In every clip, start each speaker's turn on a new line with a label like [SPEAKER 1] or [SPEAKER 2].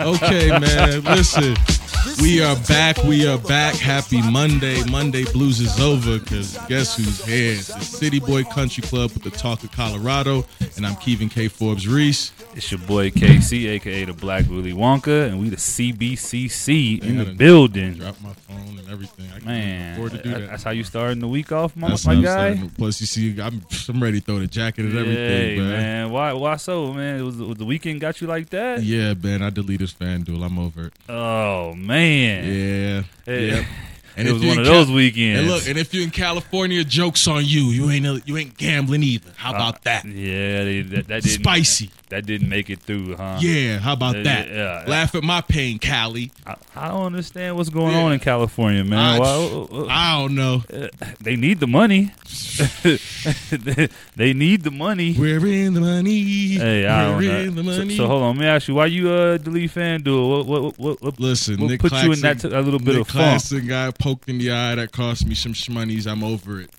[SPEAKER 1] Okay, man. Listen, we are back. We are back. Happy Monday. Monday blues is over because guess who's here? It's the City Boy Country Club with the Talk of Colorado, and I'm Kevin K. Forbes Reese.
[SPEAKER 2] It's your boy KC, aka the Black Willy Wonka, and we the CBCC in the
[SPEAKER 1] gotta
[SPEAKER 2] building.
[SPEAKER 1] Drop my phone and everything. I can't
[SPEAKER 2] Man,
[SPEAKER 1] afford to do
[SPEAKER 2] that-
[SPEAKER 1] that.
[SPEAKER 2] that's how you starting the week off, my,
[SPEAKER 1] That's
[SPEAKER 2] my
[SPEAKER 1] what I'm
[SPEAKER 2] guy.
[SPEAKER 1] starting with. Plus, you see, I'm, I'm ready to throw the jacket and
[SPEAKER 2] Hey,
[SPEAKER 1] everything, man.
[SPEAKER 2] man, why why so, man? It was, was the weekend got you like that?
[SPEAKER 1] Yeah, man. I deleted FanDuel. I'm over it.
[SPEAKER 2] Oh man,
[SPEAKER 1] Yeah.
[SPEAKER 2] Hey,
[SPEAKER 1] yeah. And
[SPEAKER 2] it
[SPEAKER 1] if
[SPEAKER 2] was
[SPEAKER 1] you
[SPEAKER 2] one of
[SPEAKER 1] in
[SPEAKER 2] those
[SPEAKER 1] Cal-
[SPEAKER 2] weekends.
[SPEAKER 1] And look, and if you're in California, jokes on you. You ain't you ain't gambling either.
[SPEAKER 2] Uh,
[SPEAKER 1] How about that?
[SPEAKER 2] yeah, they, that, that didn't,
[SPEAKER 1] Spicy.
[SPEAKER 2] That didn't make it through, huh?
[SPEAKER 1] Yeah, how about
[SPEAKER 2] Yeah,
[SPEAKER 1] that?
[SPEAKER 2] yeah, yeah.
[SPEAKER 1] Laugh at my pain, Cali.
[SPEAKER 2] I, I don't understand what's going
[SPEAKER 1] Yeah.
[SPEAKER 2] on in California, man.
[SPEAKER 1] I,
[SPEAKER 2] Why- uh,
[SPEAKER 1] I don't know.
[SPEAKER 2] they need the money. they need the money.
[SPEAKER 1] We're in the money.
[SPEAKER 2] Hey, I don't
[SPEAKER 1] We're
[SPEAKER 2] know.
[SPEAKER 1] in the
[SPEAKER 2] So-
[SPEAKER 1] money.
[SPEAKER 2] So, hold on, let me ask you, why you uh delete FanDuel? What what what what,
[SPEAKER 1] Listen,
[SPEAKER 2] what
[SPEAKER 1] Nick
[SPEAKER 2] put
[SPEAKER 1] Claxton,
[SPEAKER 2] you in that, t- that little bit
[SPEAKER 1] Nick
[SPEAKER 2] of funk?
[SPEAKER 1] Claxton got poked in the eye. That cost me some shmoneys. I'm over it.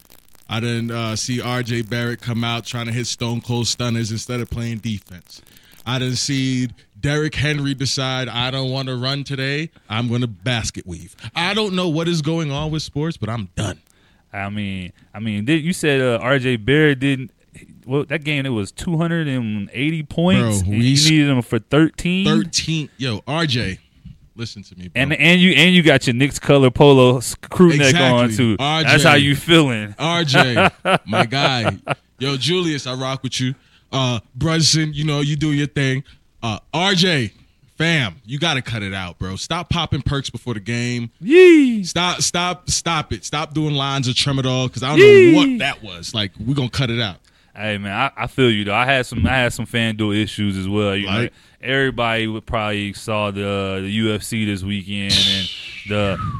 [SPEAKER 1] I didn't uh, see R.J. Barrett come out trying to hit Stone Cold stunners instead of playing defense. I didn't see Derrick Henry decide I don't want to run today. I'm going to basket weave. I don't know what is going on with sports, but I'm done.
[SPEAKER 2] I mean, I mean, did, you said uh, R.J. Barrett didn't. Well, that game it was 280 points.
[SPEAKER 1] Bro,
[SPEAKER 2] and
[SPEAKER 1] we
[SPEAKER 2] you
[SPEAKER 1] s-
[SPEAKER 2] needed him for 13.
[SPEAKER 1] 13. Yo, RJ, listen to me. Bro.
[SPEAKER 2] And and you and you got your Knicks color polo s- crew neck on
[SPEAKER 1] Exactly.
[SPEAKER 2] too.
[SPEAKER 1] RJ.
[SPEAKER 2] That's how you feeling.
[SPEAKER 1] RJ, my guy. Yo, Julius, I rock with you. Uh, Brunson, you know, you do your thing. Uh, RJ, fam, you got to cut it out, bro. Stop popping perks before the game.
[SPEAKER 2] Yee.
[SPEAKER 1] Stop, stop, stop it. Stop doing lines of Tremadol because I don't
[SPEAKER 2] Yee.
[SPEAKER 1] know what that was. Like, we're going to cut it out.
[SPEAKER 2] Hey man, I, I feel you though. I had some I had some FanDuel issues as well. You
[SPEAKER 1] Like?
[SPEAKER 2] know, everybody would probably saw the the UFC this weekend and the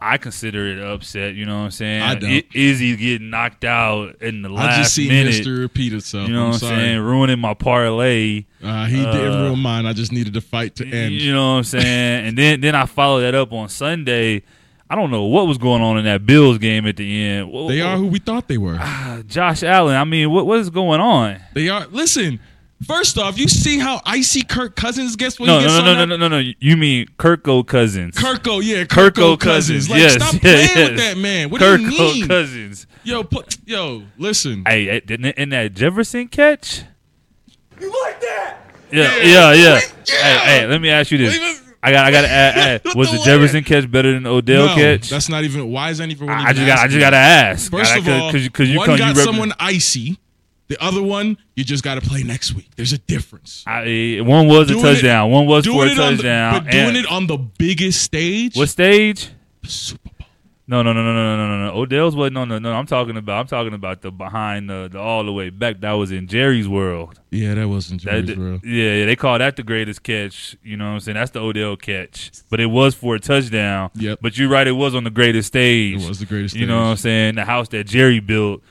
[SPEAKER 2] I consider it upset. You know what I'm saying?
[SPEAKER 1] I don't.
[SPEAKER 2] I- Izzy getting knocked out in the last
[SPEAKER 1] I just seen
[SPEAKER 2] minute.
[SPEAKER 1] history repeat itself.
[SPEAKER 2] You know
[SPEAKER 1] I'm
[SPEAKER 2] what I'm
[SPEAKER 1] sorry.
[SPEAKER 2] saying? Ruining my parlay.
[SPEAKER 1] Uh, he didn't
[SPEAKER 2] Uh,
[SPEAKER 1] ruin mine. I just needed the fight to end.
[SPEAKER 2] You know what I'm saying? and then then I followed that up on Sunday. I don't know what was going on in that Bills game at the end. Wha-
[SPEAKER 1] They are who we thought they were.
[SPEAKER 2] Josh Allen. I mean, what what is going on?
[SPEAKER 1] They are. Listen, first off, you see how icy Kirk Cousins gets when
[SPEAKER 2] No,
[SPEAKER 1] he gets
[SPEAKER 2] no,
[SPEAKER 1] on
[SPEAKER 2] no,
[SPEAKER 1] that
[SPEAKER 2] no, no, no, no. You mean Kirko Cousins?
[SPEAKER 1] Kirko, yeah,
[SPEAKER 2] Kirko
[SPEAKER 1] Kirko,
[SPEAKER 2] Cousins.
[SPEAKER 1] Cousins. Like,
[SPEAKER 2] yes,
[SPEAKER 1] stop
[SPEAKER 2] yeah,
[SPEAKER 1] playing with
[SPEAKER 2] yes.
[SPEAKER 1] that man. What do
[SPEAKER 2] Kirko
[SPEAKER 1] you mean?
[SPEAKER 2] Cousins.
[SPEAKER 1] Yo, put, yo, listen.
[SPEAKER 2] Hey, eh, didn't in that Jefferson catch?
[SPEAKER 3] You like that?
[SPEAKER 2] Yeah, yeah,
[SPEAKER 1] Yeah.
[SPEAKER 2] yeah.
[SPEAKER 1] Yeah.
[SPEAKER 2] Hey, hey, let me ask you this.
[SPEAKER 1] Leave us-
[SPEAKER 2] I got, I got to add. add,
[SPEAKER 1] What
[SPEAKER 2] was
[SPEAKER 1] the
[SPEAKER 2] the Jefferson catch better than Odell
[SPEAKER 1] no,
[SPEAKER 2] catch?
[SPEAKER 1] that's not even. Why is that even?
[SPEAKER 2] I I just got, I just got to ask.
[SPEAKER 1] First
[SPEAKER 2] I,
[SPEAKER 1] of all,
[SPEAKER 2] cause, 'cause you
[SPEAKER 1] one
[SPEAKER 2] come- you
[SPEAKER 1] got
[SPEAKER 2] rep-
[SPEAKER 1] someone icy. The other one, you just got to play next week. There's a difference.
[SPEAKER 2] I, one was a
[SPEAKER 1] Doing it-
[SPEAKER 2] touchdown. one was for
[SPEAKER 1] doing
[SPEAKER 2] a
[SPEAKER 1] it on the-
[SPEAKER 2] touchdown.
[SPEAKER 1] but doing
[SPEAKER 2] and
[SPEAKER 1] it on the biggest stage.
[SPEAKER 2] what stage?
[SPEAKER 1] the Super Bowl?
[SPEAKER 2] No, no, no, no, no, no, no, no. Odell's wasn't on the. No, I'm talking about. I'm talking about the behind the, the all the way back. That was in Jerry's world.
[SPEAKER 1] Yeah, that wasn't
[SPEAKER 2] That-
[SPEAKER 1] Jerry's real.
[SPEAKER 2] yeah, yeah, they call that the greatest catch. You know what I'm saying? That's the Odell catch. But it was for a touchdown.
[SPEAKER 1] Yep.
[SPEAKER 2] But you're right, it was on the greatest stage.
[SPEAKER 1] It was the greatest
[SPEAKER 2] You know what I'm saying? The house that Jerry built.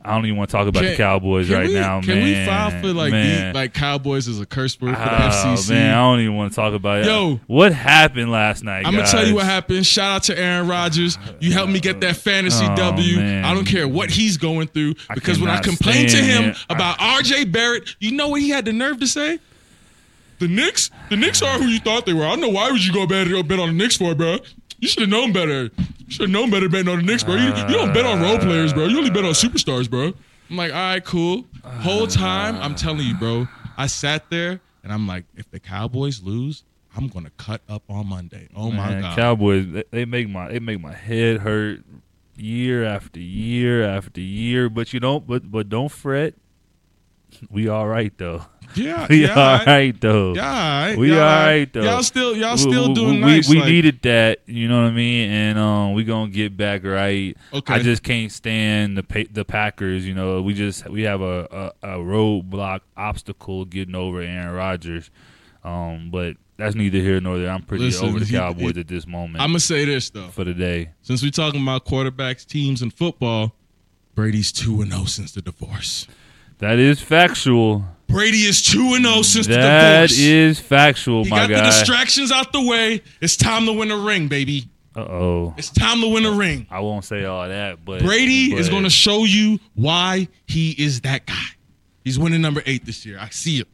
[SPEAKER 2] I don't even want to talk about the
[SPEAKER 1] Can-
[SPEAKER 2] Cowboys
[SPEAKER 1] can
[SPEAKER 2] right
[SPEAKER 1] we-
[SPEAKER 2] now,
[SPEAKER 1] can
[SPEAKER 2] man.
[SPEAKER 1] we file for like
[SPEAKER 2] man.
[SPEAKER 1] the, like Cowboys as a curse word for the
[SPEAKER 2] Oh,
[SPEAKER 1] FCC?
[SPEAKER 2] man, Oh, I don't even want to talk about it.
[SPEAKER 1] Yo.
[SPEAKER 2] what happened last night?
[SPEAKER 1] I'm gonna
[SPEAKER 2] guys?
[SPEAKER 1] tell you what happened. Shout out to Aaron Rodgers. You helped me get that fantasy
[SPEAKER 2] Oh,
[SPEAKER 1] W.
[SPEAKER 2] man.
[SPEAKER 1] I don't care what he's going through
[SPEAKER 2] I
[SPEAKER 1] because when I
[SPEAKER 2] cannot
[SPEAKER 1] complained to
[SPEAKER 2] stand
[SPEAKER 1] him
[SPEAKER 2] it.
[SPEAKER 1] about RJ Barrett, you know what he had the nerve to say? The Knicks, the Knicks are who you thought they were. I don't know why would you go bet go bet on the Knicks for, bro. You should have known better. You should have known better betting on the Knicks, bro. You, you don't bet on role players, bro. You only bet on superstars, bro. I'm like, all right, cool. Whole time, I'm telling you, bro. I sat there and I'm like, if the Cowboys lose, I'm gonna cut up on Monday. Oh my
[SPEAKER 2] Man,
[SPEAKER 1] god.
[SPEAKER 2] Cowboys, they, they make my they make my head hurt year after year after year. But you don't, but but don't fret. We all right though.
[SPEAKER 1] Yeah,
[SPEAKER 2] We
[SPEAKER 1] yeah,
[SPEAKER 2] all
[SPEAKER 1] all right.
[SPEAKER 2] right though.
[SPEAKER 1] yeah, all right.
[SPEAKER 2] We
[SPEAKER 1] yeah,
[SPEAKER 2] all right though.
[SPEAKER 1] Y'all still, y'all
[SPEAKER 2] We-
[SPEAKER 1] still
[SPEAKER 2] we,
[SPEAKER 1] doing
[SPEAKER 2] we,
[SPEAKER 1] nice.
[SPEAKER 2] We
[SPEAKER 1] like,
[SPEAKER 2] needed that, you know what I mean, and um, we gonna get back right.
[SPEAKER 1] Okay.
[SPEAKER 2] I just can't stand the pa- the Packers. You know, we just we have a, a, a roadblock obstacle getting over Aaron Rodgers, um, but that's neither here nor there. I'm pretty
[SPEAKER 1] Listen,
[SPEAKER 2] over the
[SPEAKER 1] he-
[SPEAKER 2] Cowboys
[SPEAKER 1] he-
[SPEAKER 2] at this moment
[SPEAKER 1] I'm gonna say this though.
[SPEAKER 2] for the day.
[SPEAKER 1] Since we're talking about quarterbacks, teams, and football, Brady's two and zero since the divorce.
[SPEAKER 2] That is factual.
[SPEAKER 1] Brady is two and zero since the
[SPEAKER 2] That
[SPEAKER 1] divorce.
[SPEAKER 2] is factual,
[SPEAKER 1] he
[SPEAKER 2] my
[SPEAKER 1] got the
[SPEAKER 2] guy.
[SPEAKER 1] distractions out the way. It's time to win a ring, baby.
[SPEAKER 2] uh oh.
[SPEAKER 1] It's time to win a ring.
[SPEAKER 2] I won't say all that, but
[SPEAKER 1] Brady is
[SPEAKER 2] but-
[SPEAKER 1] going to show you why he is that guy. He's winning number eight this year. I see it.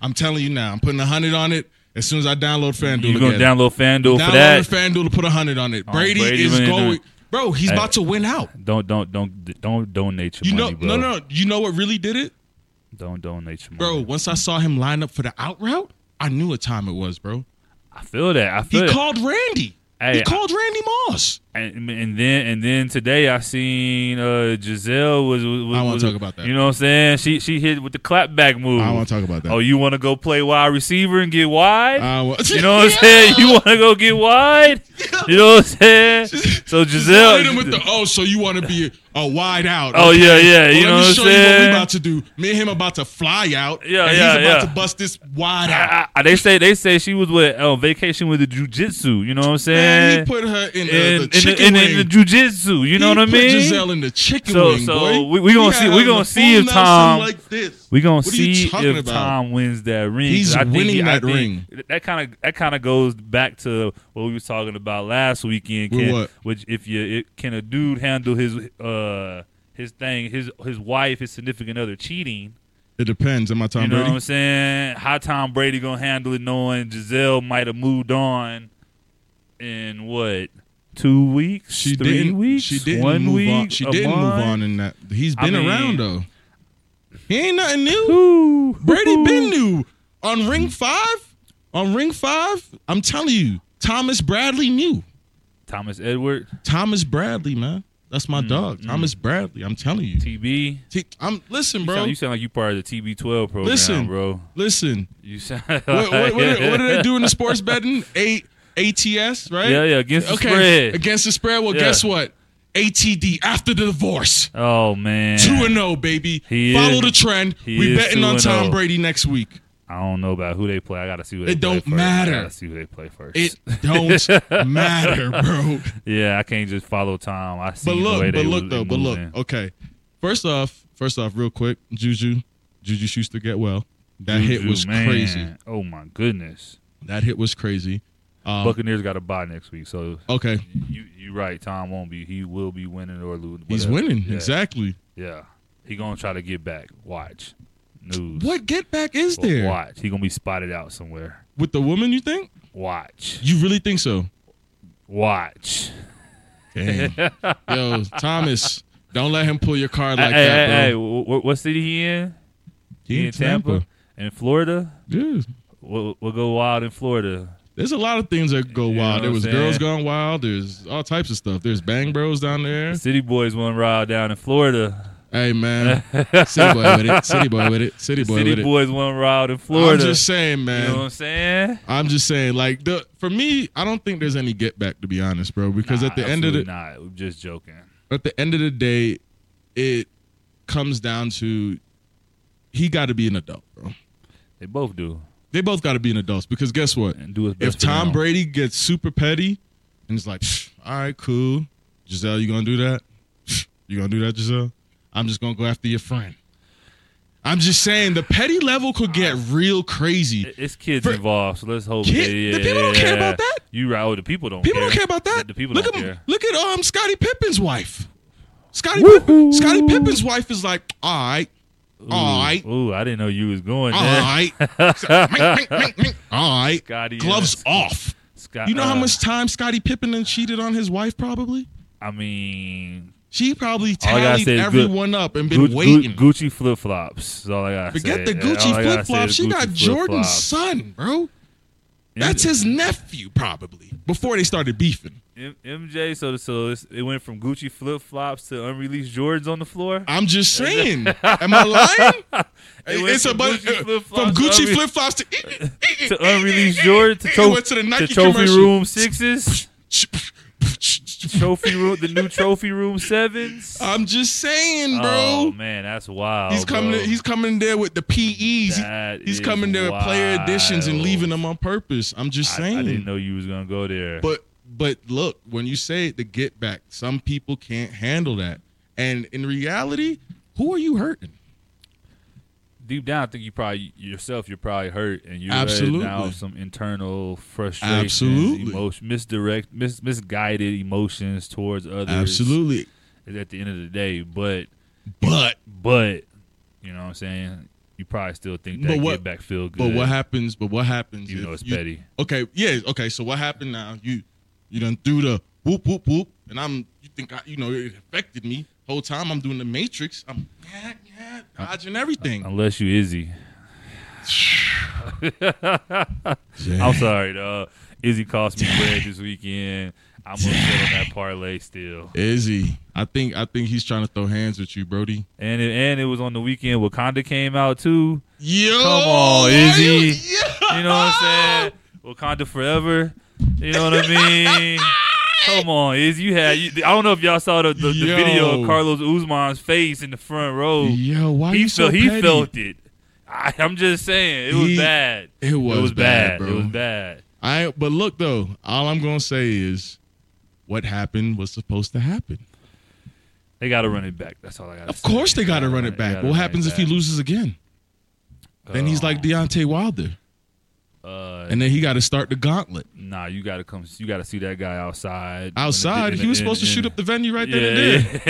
[SPEAKER 1] I'm telling you now. I'm putting a hundred on it. As soon as I download FanDuel,
[SPEAKER 2] You're gonna
[SPEAKER 1] again.
[SPEAKER 2] download FanDuel for
[SPEAKER 1] Download
[SPEAKER 2] that. Oh,
[SPEAKER 1] FanDuel to put hundred on it. Brady,
[SPEAKER 2] Brady
[SPEAKER 1] is
[SPEAKER 2] winning
[SPEAKER 1] going,
[SPEAKER 2] it.
[SPEAKER 1] bro. He's
[SPEAKER 2] Hey.
[SPEAKER 1] about to win out.
[SPEAKER 2] don't don't don't don't donate your
[SPEAKER 1] You know,
[SPEAKER 2] money, bro.
[SPEAKER 1] no, no, no. You know what really did it,
[SPEAKER 2] Don't donate your
[SPEAKER 1] bro?
[SPEAKER 2] money,
[SPEAKER 1] Once I saw him line up for the out route, I knew what time it was, bro.
[SPEAKER 2] I feel that. I
[SPEAKER 1] He
[SPEAKER 2] feel. it.
[SPEAKER 1] called Randy.
[SPEAKER 2] Hey,
[SPEAKER 1] he called Randy Moss.
[SPEAKER 2] and, and then and then today I seen uh, Giselle was. was, was
[SPEAKER 1] I wanna
[SPEAKER 2] was-
[SPEAKER 1] talk about that.
[SPEAKER 2] You know what I'm saying? She she hit with the clapback move.
[SPEAKER 1] I want to talk about that.
[SPEAKER 2] Oh, you want to go play wide receiver and get wide?
[SPEAKER 1] I wa-
[SPEAKER 2] Uh, you know what I'm saying? You want to go get wide? You know what I'm saying? So Giselle.
[SPEAKER 1] Hit him with the oh, so you want to be a wide out?
[SPEAKER 2] oh
[SPEAKER 1] okay.
[SPEAKER 2] yeah, yeah.
[SPEAKER 1] Well,
[SPEAKER 2] You know
[SPEAKER 1] let
[SPEAKER 2] what
[SPEAKER 1] me
[SPEAKER 2] I'm
[SPEAKER 1] show you what we
[SPEAKER 2] saying?
[SPEAKER 1] about to do. Me and him about to fly out.
[SPEAKER 2] Yeah,
[SPEAKER 1] and
[SPEAKER 2] yeah,
[SPEAKER 1] He's about
[SPEAKER 2] yeah.
[SPEAKER 1] to bust this wide out.
[SPEAKER 2] I, I, they say they say she was with on vacation with the jujitsu. You know what I'm
[SPEAKER 1] Man, he
[SPEAKER 2] saying?
[SPEAKER 1] put her in the,
[SPEAKER 2] And
[SPEAKER 1] the
[SPEAKER 2] in, the,
[SPEAKER 1] chicken
[SPEAKER 2] in,
[SPEAKER 1] wing.
[SPEAKER 2] in the jujitsu. You know
[SPEAKER 1] He
[SPEAKER 2] what I
[SPEAKER 1] put
[SPEAKER 2] mean?
[SPEAKER 1] Giselle in the chicken
[SPEAKER 2] So-
[SPEAKER 1] wing,
[SPEAKER 2] so
[SPEAKER 1] boy.
[SPEAKER 2] we- we gonna
[SPEAKER 1] He
[SPEAKER 2] see-
[SPEAKER 1] had
[SPEAKER 2] we
[SPEAKER 1] her
[SPEAKER 2] gonna
[SPEAKER 1] in the
[SPEAKER 2] see
[SPEAKER 1] full
[SPEAKER 2] if
[SPEAKER 1] Nelson
[SPEAKER 2] Tom-
[SPEAKER 1] Like this.
[SPEAKER 2] We gonna
[SPEAKER 1] What are you
[SPEAKER 2] see
[SPEAKER 1] talking
[SPEAKER 2] if
[SPEAKER 1] about?
[SPEAKER 2] Tom wins that ring.
[SPEAKER 1] He's
[SPEAKER 2] 'cause I think
[SPEAKER 1] winning
[SPEAKER 2] he- I
[SPEAKER 1] that
[SPEAKER 2] think
[SPEAKER 1] ring.
[SPEAKER 2] That kind of that kind of goes back to what we was talking about last weekend.
[SPEAKER 1] With
[SPEAKER 2] Can,
[SPEAKER 1] what?
[SPEAKER 2] Which if you it, can a dude handle his uh his thing his his wife his significant other cheating?
[SPEAKER 1] It depends. Am I Tom
[SPEAKER 2] you know what
[SPEAKER 1] Brady?
[SPEAKER 2] I'm saying? How Tom Brady gonna handle it knowing Giselle might have moved on in what two weeks?
[SPEAKER 1] She
[SPEAKER 2] 3
[SPEAKER 1] didn't.
[SPEAKER 2] weeks?
[SPEAKER 1] She didn't
[SPEAKER 2] One
[SPEAKER 1] move
[SPEAKER 2] week?
[SPEAKER 1] on. She
[SPEAKER 2] A
[SPEAKER 1] didn't move
[SPEAKER 2] month?
[SPEAKER 1] on in that. He's
[SPEAKER 2] I
[SPEAKER 1] been
[SPEAKER 2] mean-
[SPEAKER 1] around though. He ain't nothing new.
[SPEAKER 2] Woo.
[SPEAKER 1] Brady been new on ring five. On ring five, I'm telling you, Thomas Bradley knew.
[SPEAKER 2] Thomas Edward,
[SPEAKER 1] Thomas Bradley, man. That's
[SPEAKER 2] Mm,
[SPEAKER 1] my dog. Thomas Bradley. I'm telling you.
[SPEAKER 2] TB.
[SPEAKER 1] T- I'm listen,
[SPEAKER 2] You
[SPEAKER 1] bro.
[SPEAKER 2] sound, you sound like you part of the TB12 program,
[SPEAKER 1] Listen.
[SPEAKER 2] bro.
[SPEAKER 1] Listen.
[SPEAKER 2] You sound. Like,
[SPEAKER 1] What, what, what, what do they do in the sports betting? A ATS, right?
[SPEAKER 2] Yeah, yeah, against the
[SPEAKER 1] okay.
[SPEAKER 2] spread.
[SPEAKER 1] Against the spread. Well,
[SPEAKER 2] Yeah.
[SPEAKER 1] guess what? ATD after the divorce.
[SPEAKER 2] oh man,
[SPEAKER 1] Two and zero, baby.
[SPEAKER 2] He
[SPEAKER 1] Follow
[SPEAKER 2] is-
[SPEAKER 1] the trend.
[SPEAKER 2] he
[SPEAKER 1] we
[SPEAKER 2] is oh.
[SPEAKER 1] betting on
[SPEAKER 2] 2-0.
[SPEAKER 1] Tom Brady next week.
[SPEAKER 2] I don't know about who they play. I gotta see who they
[SPEAKER 1] It
[SPEAKER 2] play
[SPEAKER 1] don't
[SPEAKER 2] first.
[SPEAKER 1] matter.
[SPEAKER 2] I gotta see who they play first.
[SPEAKER 1] It don't matter, bro.
[SPEAKER 2] yeah, I can't just follow Tom. I see
[SPEAKER 1] But
[SPEAKER 2] the way
[SPEAKER 1] look,
[SPEAKER 2] they
[SPEAKER 1] but look
[SPEAKER 2] was-
[SPEAKER 1] though, but look. Oh,
[SPEAKER 2] moving.
[SPEAKER 1] Okay. First off, first off, real quick, Juju, Juju Schuster get well. That hit
[SPEAKER 2] Juju,
[SPEAKER 1] was
[SPEAKER 2] man.
[SPEAKER 1] crazy.
[SPEAKER 2] Oh my goodness,
[SPEAKER 1] That hit was crazy. Um,
[SPEAKER 2] Buccaneers got a bye next week, so
[SPEAKER 1] okay,
[SPEAKER 2] you you right. Tom won't be. He will be winning or losing.
[SPEAKER 1] he's
[SPEAKER 2] whatever.
[SPEAKER 1] winning
[SPEAKER 2] Yeah,
[SPEAKER 1] exactly.
[SPEAKER 2] Yeah, he gonna try to get back. Watch news.
[SPEAKER 1] What get back is
[SPEAKER 2] Well,
[SPEAKER 1] there
[SPEAKER 2] Watch. He gonna be spotted out somewhere.
[SPEAKER 1] with the woman? You think?
[SPEAKER 2] Watch.
[SPEAKER 1] You really think so?
[SPEAKER 2] Watch.
[SPEAKER 1] Damn. Yo, Thomas, don't let him pull your card
[SPEAKER 2] Hey,
[SPEAKER 1] like
[SPEAKER 2] hey,
[SPEAKER 1] that,
[SPEAKER 2] hey, hey,
[SPEAKER 1] bro.
[SPEAKER 2] wh- wh- what city he in?
[SPEAKER 1] He in Tampa.
[SPEAKER 2] In Florida?
[SPEAKER 1] Yeah.
[SPEAKER 2] We'll, we'll go wild in Florida.
[SPEAKER 1] There's a lot of things that go
[SPEAKER 2] You know what
[SPEAKER 1] wild. There
[SPEAKER 2] I'm
[SPEAKER 1] was
[SPEAKER 2] saying?
[SPEAKER 1] girls gone wild. There's all types of stuff. There's bang bros down there.
[SPEAKER 2] The city boys want to ride down in Florida.
[SPEAKER 1] Hey man, city boy with it. City boy with it. City boy
[SPEAKER 2] city
[SPEAKER 1] with it.
[SPEAKER 2] boys want to ride in Florida.
[SPEAKER 1] I'm just saying,
[SPEAKER 2] you
[SPEAKER 1] man.
[SPEAKER 2] know what I'm saying?
[SPEAKER 1] I'm just saying, like the for me, I don't think there's any get back to be honest, bro. Because
[SPEAKER 2] Nah,
[SPEAKER 1] at the end of
[SPEAKER 2] absolutely
[SPEAKER 1] the
[SPEAKER 2] not. We're just joking.
[SPEAKER 1] at the end of the day, it comes down to he got to be an adult, bro.
[SPEAKER 2] They both do
[SPEAKER 1] They both got to be an adult because guess what?
[SPEAKER 2] and do it.
[SPEAKER 1] If
[SPEAKER 2] best for
[SPEAKER 1] Tom
[SPEAKER 2] them.
[SPEAKER 1] Brady gets super petty and it's like, "Psh, all right, cool, Giselle, you gonna do that? Psh, You gonna do that, Giselle? I'm just gonna go after your friend. I'm just saying the petty level could get real crazy.
[SPEAKER 2] It- it's kids
[SPEAKER 1] For-
[SPEAKER 2] involved, so let's hope.
[SPEAKER 1] Kid-
[SPEAKER 2] yeah,
[SPEAKER 1] the people don't care about that.
[SPEAKER 2] You right? Oh, the people don't.
[SPEAKER 1] People
[SPEAKER 2] care.
[SPEAKER 1] don't care about that.
[SPEAKER 2] The, the people
[SPEAKER 1] look
[SPEAKER 2] don't
[SPEAKER 1] at
[SPEAKER 2] care.
[SPEAKER 1] look at um Scottie Pippen's wife. Scottie Pippen,
[SPEAKER 2] Woohoo.
[SPEAKER 1] Scottie Pippen's wife is like, all right, all right,
[SPEAKER 2] Ooh, ooh, I didn't know you was going
[SPEAKER 1] all
[SPEAKER 2] there.
[SPEAKER 1] right, Mink, mink, mink, mink. all right.
[SPEAKER 2] Scotty,
[SPEAKER 1] Gloves
[SPEAKER 2] uh,
[SPEAKER 1] off.
[SPEAKER 2] Scott,
[SPEAKER 1] You know how
[SPEAKER 2] uh,
[SPEAKER 1] much time Scottie Pippen then cheated on his wife? Probably.
[SPEAKER 2] I mean,
[SPEAKER 1] She probably
[SPEAKER 2] All I gotta
[SPEAKER 1] tallied
[SPEAKER 2] say is good-
[SPEAKER 1] everyone up and been
[SPEAKER 2] Gu- Gu-
[SPEAKER 1] waiting.
[SPEAKER 2] Gucci flip flops. all I got.
[SPEAKER 1] Forget the Gucci flip flops. She got Jordan's son, bro. That's his nephew, probably. Before they started beefing,
[SPEAKER 2] MJ. So so it's, it went from Gucci flip flops to unreleased Jordans on the floor.
[SPEAKER 1] I'm just saying. Am I lying? it's
[SPEAKER 2] went
[SPEAKER 1] a
[SPEAKER 2] from
[SPEAKER 1] bunch
[SPEAKER 2] Gucci
[SPEAKER 1] uh,
[SPEAKER 2] flip-flops
[SPEAKER 1] from
[SPEAKER 2] to
[SPEAKER 1] Gucci
[SPEAKER 2] unre-
[SPEAKER 1] flip flops to
[SPEAKER 2] to unreleased Jordans to,
[SPEAKER 1] It
[SPEAKER 2] tro-
[SPEAKER 1] went to the Nike
[SPEAKER 2] trophy
[SPEAKER 1] commercial.
[SPEAKER 2] room sixes, trophy room, the new trophy room sevens.
[SPEAKER 1] I'm just saying,
[SPEAKER 2] Oh
[SPEAKER 1] Um, bro.
[SPEAKER 2] man, that's wild.
[SPEAKER 1] he's coming.
[SPEAKER 2] bro.
[SPEAKER 1] He's coming there with the PEs.
[SPEAKER 2] That
[SPEAKER 1] he's
[SPEAKER 2] is
[SPEAKER 1] coming there with player additions and
[SPEAKER 2] wild.
[SPEAKER 1] leaving them on purpose. I'm just
[SPEAKER 2] I,
[SPEAKER 1] saying.
[SPEAKER 2] I didn't know you was gonna go there.
[SPEAKER 1] But but look, when you say the get back, some people can't handle that. And in reality, who are you hurting?
[SPEAKER 2] deep down, I think you probably yourself. You're probably hurt, and you're
[SPEAKER 1] Absolutely.
[SPEAKER 2] now some internal frustration,
[SPEAKER 1] Absolutely.
[SPEAKER 2] emotion, misdirect, mis- misguided emotions towards others. Is at the end of the day, but
[SPEAKER 1] But
[SPEAKER 2] but you know what I'm saying. you probably still think
[SPEAKER 1] But
[SPEAKER 2] that
[SPEAKER 1] what-
[SPEAKER 2] get back feel good.
[SPEAKER 1] But what happens? But what happens?
[SPEAKER 2] Even
[SPEAKER 1] if
[SPEAKER 2] though it's
[SPEAKER 1] you-
[SPEAKER 2] petty.
[SPEAKER 1] Okay, yeah, okay. So what happened now? You you done threw the whoop whoop whoop, and I'm you think I, you know it affected me whole time. I'm doing the Matrix. I'm yeah, yeah, dodging everything.
[SPEAKER 2] Unless you Izzy. I'm sorry, uh Izzy cost me bread this weekend. I'm upset on that parlay still.
[SPEAKER 1] Izzy, I think I think he's trying to throw hands with you, Brody.
[SPEAKER 2] And it, and it was on the weekend Wakanda came out too.
[SPEAKER 1] Yo,
[SPEAKER 2] Come on,
[SPEAKER 1] why
[SPEAKER 2] Izzy.
[SPEAKER 1] you-
[SPEAKER 2] You know what I'm saying? Wakanda forever. You know what I mean? Come on, is you had? You, I don't know if y'all saw the, the, the
[SPEAKER 1] Yo.
[SPEAKER 2] video of Carlos Uzman's face in the front row.
[SPEAKER 1] Yeah. Yo, why
[SPEAKER 2] he
[SPEAKER 1] you so
[SPEAKER 2] felt he
[SPEAKER 1] petty?
[SPEAKER 2] felt it. I, I'm just saying it was
[SPEAKER 1] He-
[SPEAKER 2] bad.
[SPEAKER 1] It was,
[SPEAKER 2] it was bad.
[SPEAKER 1] bro.
[SPEAKER 2] It was bad.
[SPEAKER 1] I but look though, all I'm gonna say is, what happened was supposed to happen.
[SPEAKER 2] They got to run it back. That's all I got.
[SPEAKER 1] Of course, they got to run it back. What happens if he loses again? Then he's like Deontay Wilder,
[SPEAKER 2] Uh,
[SPEAKER 1] and then he got to start the gauntlet
[SPEAKER 2] nah, you got to come. You got to see that guy outside.
[SPEAKER 1] outside. He was supposed to shoot up the venue right
[SPEAKER 2] Yeah,
[SPEAKER 1] there then and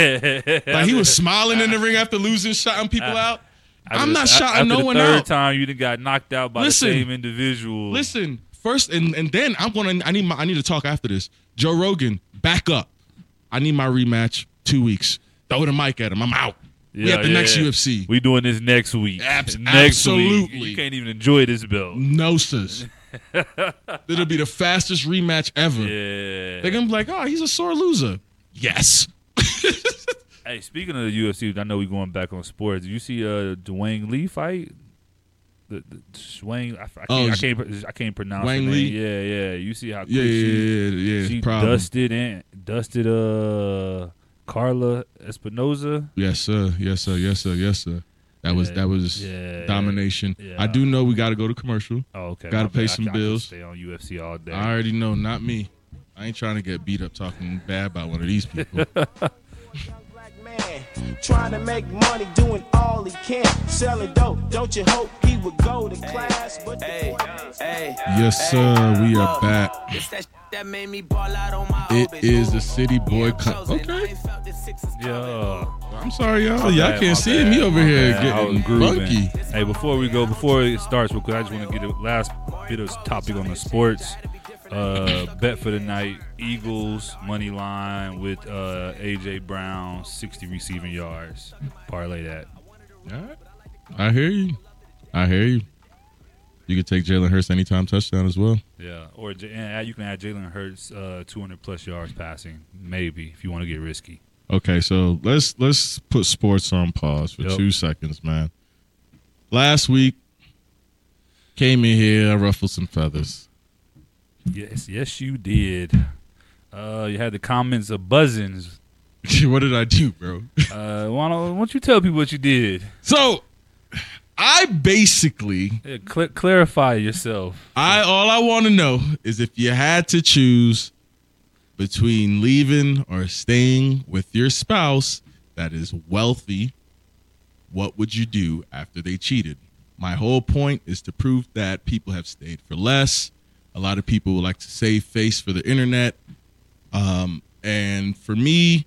[SPEAKER 1] there.
[SPEAKER 2] yeah.
[SPEAKER 1] Like he was smiling in the ring after losing, shouting people out.
[SPEAKER 2] Ah. After
[SPEAKER 1] I'm
[SPEAKER 2] the-
[SPEAKER 1] not
[SPEAKER 2] a-
[SPEAKER 1] shouting
[SPEAKER 2] after
[SPEAKER 1] no
[SPEAKER 2] the
[SPEAKER 1] one
[SPEAKER 2] third
[SPEAKER 1] out.
[SPEAKER 2] time you done got knocked out by
[SPEAKER 1] Listen.
[SPEAKER 2] the same individual.
[SPEAKER 1] Listen, first and and then I'm gonna. I need my. I need to talk after this. Joe Rogan, back up. I need my rematch. Two weeks. Throw the mic at him. I'm out. we
[SPEAKER 2] Yeah,
[SPEAKER 1] at the
[SPEAKER 2] yeah,
[SPEAKER 1] next
[SPEAKER 2] yeah.
[SPEAKER 1] UFC.
[SPEAKER 2] We doing this next week.
[SPEAKER 1] Abs-
[SPEAKER 2] next
[SPEAKER 1] absolutely.
[SPEAKER 2] Week. You can't even enjoy this belt.
[SPEAKER 1] no sis. It'll be the fastest rematch ever.
[SPEAKER 2] Yeah.
[SPEAKER 1] They're gonna be like, oh, he's a sore loser. Yes.
[SPEAKER 2] Hey, speaking of the UFC, I know we going back on sports. Did you see uh Dwayne Lee fight? The, the Dwayne, I, f- I
[SPEAKER 1] Oh,
[SPEAKER 2] can't, I can't, pr- I can't pronounce.
[SPEAKER 1] Wang
[SPEAKER 2] her name.
[SPEAKER 1] Lee?
[SPEAKER 2] Yeah, yeah. You see how quick
[SPEAKER 1] Yeah, yeah,
[SPEAKER 2] she,
[SPEAKER 1] yeah, yeah. yeah,
[SPEAKER 2] she
[SPEAKER 1] problem.
[SPEAKER 2] dusted and dusted uh Carla Espinoza.
[SPEAKER 1] Yes, sir. Yes, sir. Yes, sir. Yes, sir. That was
[SPEAKER 2] Yeah,
[SPEAKER 1] that was
[SPEAKER 2] yeah,
[SPEAKER 1] domination.
[SPEAKER 2] yeah.
[SPEAKER 1] I do know we got to go to commercial.
[SPEAKER 2] Oh, okay.
[SPEAKER 1] Gotta
[SPEAKER 2] my
[SPEAKER 1] pay
[SPEAKER 2] bad. I
[SPEAKER 1] some
[SPEAKER 2] c- I could
[SPEAKER 1] bills.
[SPEAKER 2] Stay on UFC all day.
[SPEAKER 1] I already know, not me. I ain't trying to get beat up talking bad about one of these people.
[SPEAKER 4] Young black man trying to make money doing all he can selling dope don't you hope he would go to class but the
[SPEAKER 5] Hey,
[SPEAKER 4] point is-
[SPEAKER 5] hey,
[SPEAKER 1] yes, sir. We are back.
[SPEAKER 5] it's that that made me ball out on my
[SPEAKER 1] It
[SPEAKER 5] own bitch.
[SPEAKER 1] is the city boy.
[SPEAKER 5] I'm
[SPEAKER 1] Co-
[SPEAKER 5] chosen. I
[SPEAKER 1] okay.
[SPEAKER 5] ain't felt the sixes coming.
[SPEAKER 2] yeah.
[SPEAKER 1] I'm sorry, y'all.
[SPEAKER 2] My
[SPEAKER 1] Oh, y'all
[SPEAKER 2] bad, my
[SPEAKER 1] can't see
[SPEAKER 2] bad,
[SPEAKER 1] me over
[SPEAKER 2] my
[SPEAKER 1] here
[SPEAKER 2] bad. I
[SPEAKER 1] getting
[SPEAKER 2] was grooving.
[SPEAKER 1] funky.
[SPEAKER 2] Hey, before we go, before it starts, real quick, I just want to get a last bit of topic on the sports. Uh, bet for the night: Eagles money line with uh, AJ Brown, sixty receiving yards. Parlay that.
[SPEAKER 1] All right. I hear you. I hear you. You could take Jalen Hurst anytime touchdown as well.
[SPEAKER 2] Yeah, or J- and you can add Jalen Hurts uh, two hundred plus yards passing, maybe if you want to get risky.
[SPEAKER 1] Okay, so let's let's put sports on pause for
[SPEAKER 2] Yep.
[SPEAKER 1] two seconds, man. Last week came in here, I ruffled some feathers.
[SPEAKER 2] Yes, yes, you did. Uh, you had the comments of buzzins.
[SPEAKER 1] what did I do, bro?
[SPEAKER 2] Uh, why don't, why don't you tell people what you did?
[SPEAKER 1] so I basically
[SPEAKER 2] Yeah, cl- clarify yourself.
[SPEAKER 1] I all I want to know is if you had to choose between leaving or staying with your spouse that is wealthy, what would you do after they cheated? My whole point is to prove that people have stayed for less. A lot of people would like to save face for the internet. Um, and for me,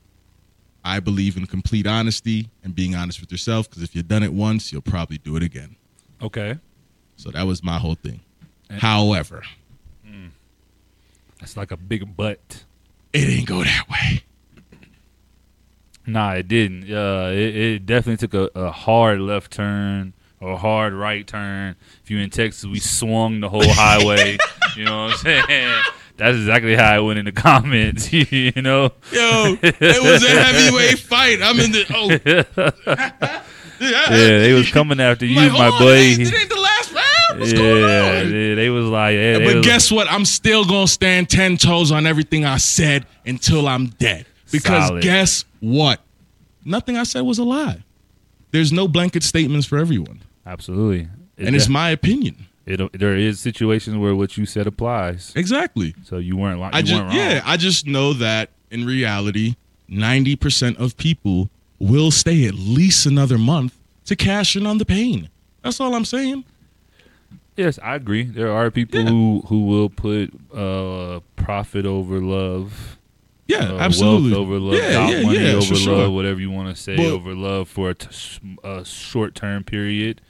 [SPEAKER 1] I believe in complete honesty and being honest with yourself because if you've done it once, you'll probably do it again.
[SPEAKER 2] Okay.
[SPEAKER 1] So that was my whole thing. However,
[SPEAKER 2] That's like a big butt.
[SPEAKER 1] it didn't go that way.
[SPEAKER 2] Nah, it didn't. Uh, it, it definitely took a, a hard left turn or a hard right turn. If you in Texas, we swung the whole highway. you know what I'm saying? That's exactly how I went in the comments. you know,
[SPEAKER 1] Yo, it was a heavyweight fight. I'm in the oh.
[SPEAKER 2] yeah, they was coming after you,
[SPEAKER 1] Like,
[SPEAKER 2] my
[SPEAKER 1] hold on,
[SPEAKER 2] boy.
[SPEAKER 1] It ain't, it ain't the last round. What's
[SPEAKER 2] yeah,
[SPEAKER 1] going on?
[SPEAKER 2] they, they was like, yeah, they
[SPEAKER 1] But
[SPEAKER 2] was-
[SPEAKER 1] guess what? I'm still gonna stand ten toes on everything I said until I'm dead. Because
[SPEAKER 2] Solid.
[SPEAKER 1] guess what? Nothing I said was a lie. There's no blanket statements for everyone,
[SPEAKER 2] absolutely. It
[SPEAKER 1] and it's
[SPEAKER 2] def-
[SPEAKER 1] my opinion.
[SPEAKER 2] it, there is situations where what you said applies.
[SPEAKER 1] Exactly.
[SPEAKER 2] So you weren't like
[SPEAKER 1] I
[SPEAKER 2] you
[SPEAKER 1] just
[SPEAKER 2] weren't wrong.
[SPEAKER 1] yeah, I just know that in reality, ninety percent of people will stay at least another month to cash in on the pain. That's all I'm saying.
[SPEAKER 2] Yes, I agree. There are people
[SPEAKER 1] Yeah.
[SPEAKER 2] who who will put uh, profit over love,
[SPEAKER 1] Yeah,
[SPEAKER 2] uh,
[SPEAKER 1] absolutely.
[SPEAKER 2] wealth over love,
[SPEAKER 1] yeah,
[SPEAKER 2] dot
[SPEAKER 1] yeah,
[SPEAKER 2] money
[SPEAKER 1] yeah,
[SPEAKER 2] over
[SPEAKER 1] for
[SPEAKER 2] love,
[SPEAKER 1] sure.
[SPEAKER 2] whatever you want to say
[SPEAKER 1] But-
[SPEAKER 2] over love for a, t- s- a short term period.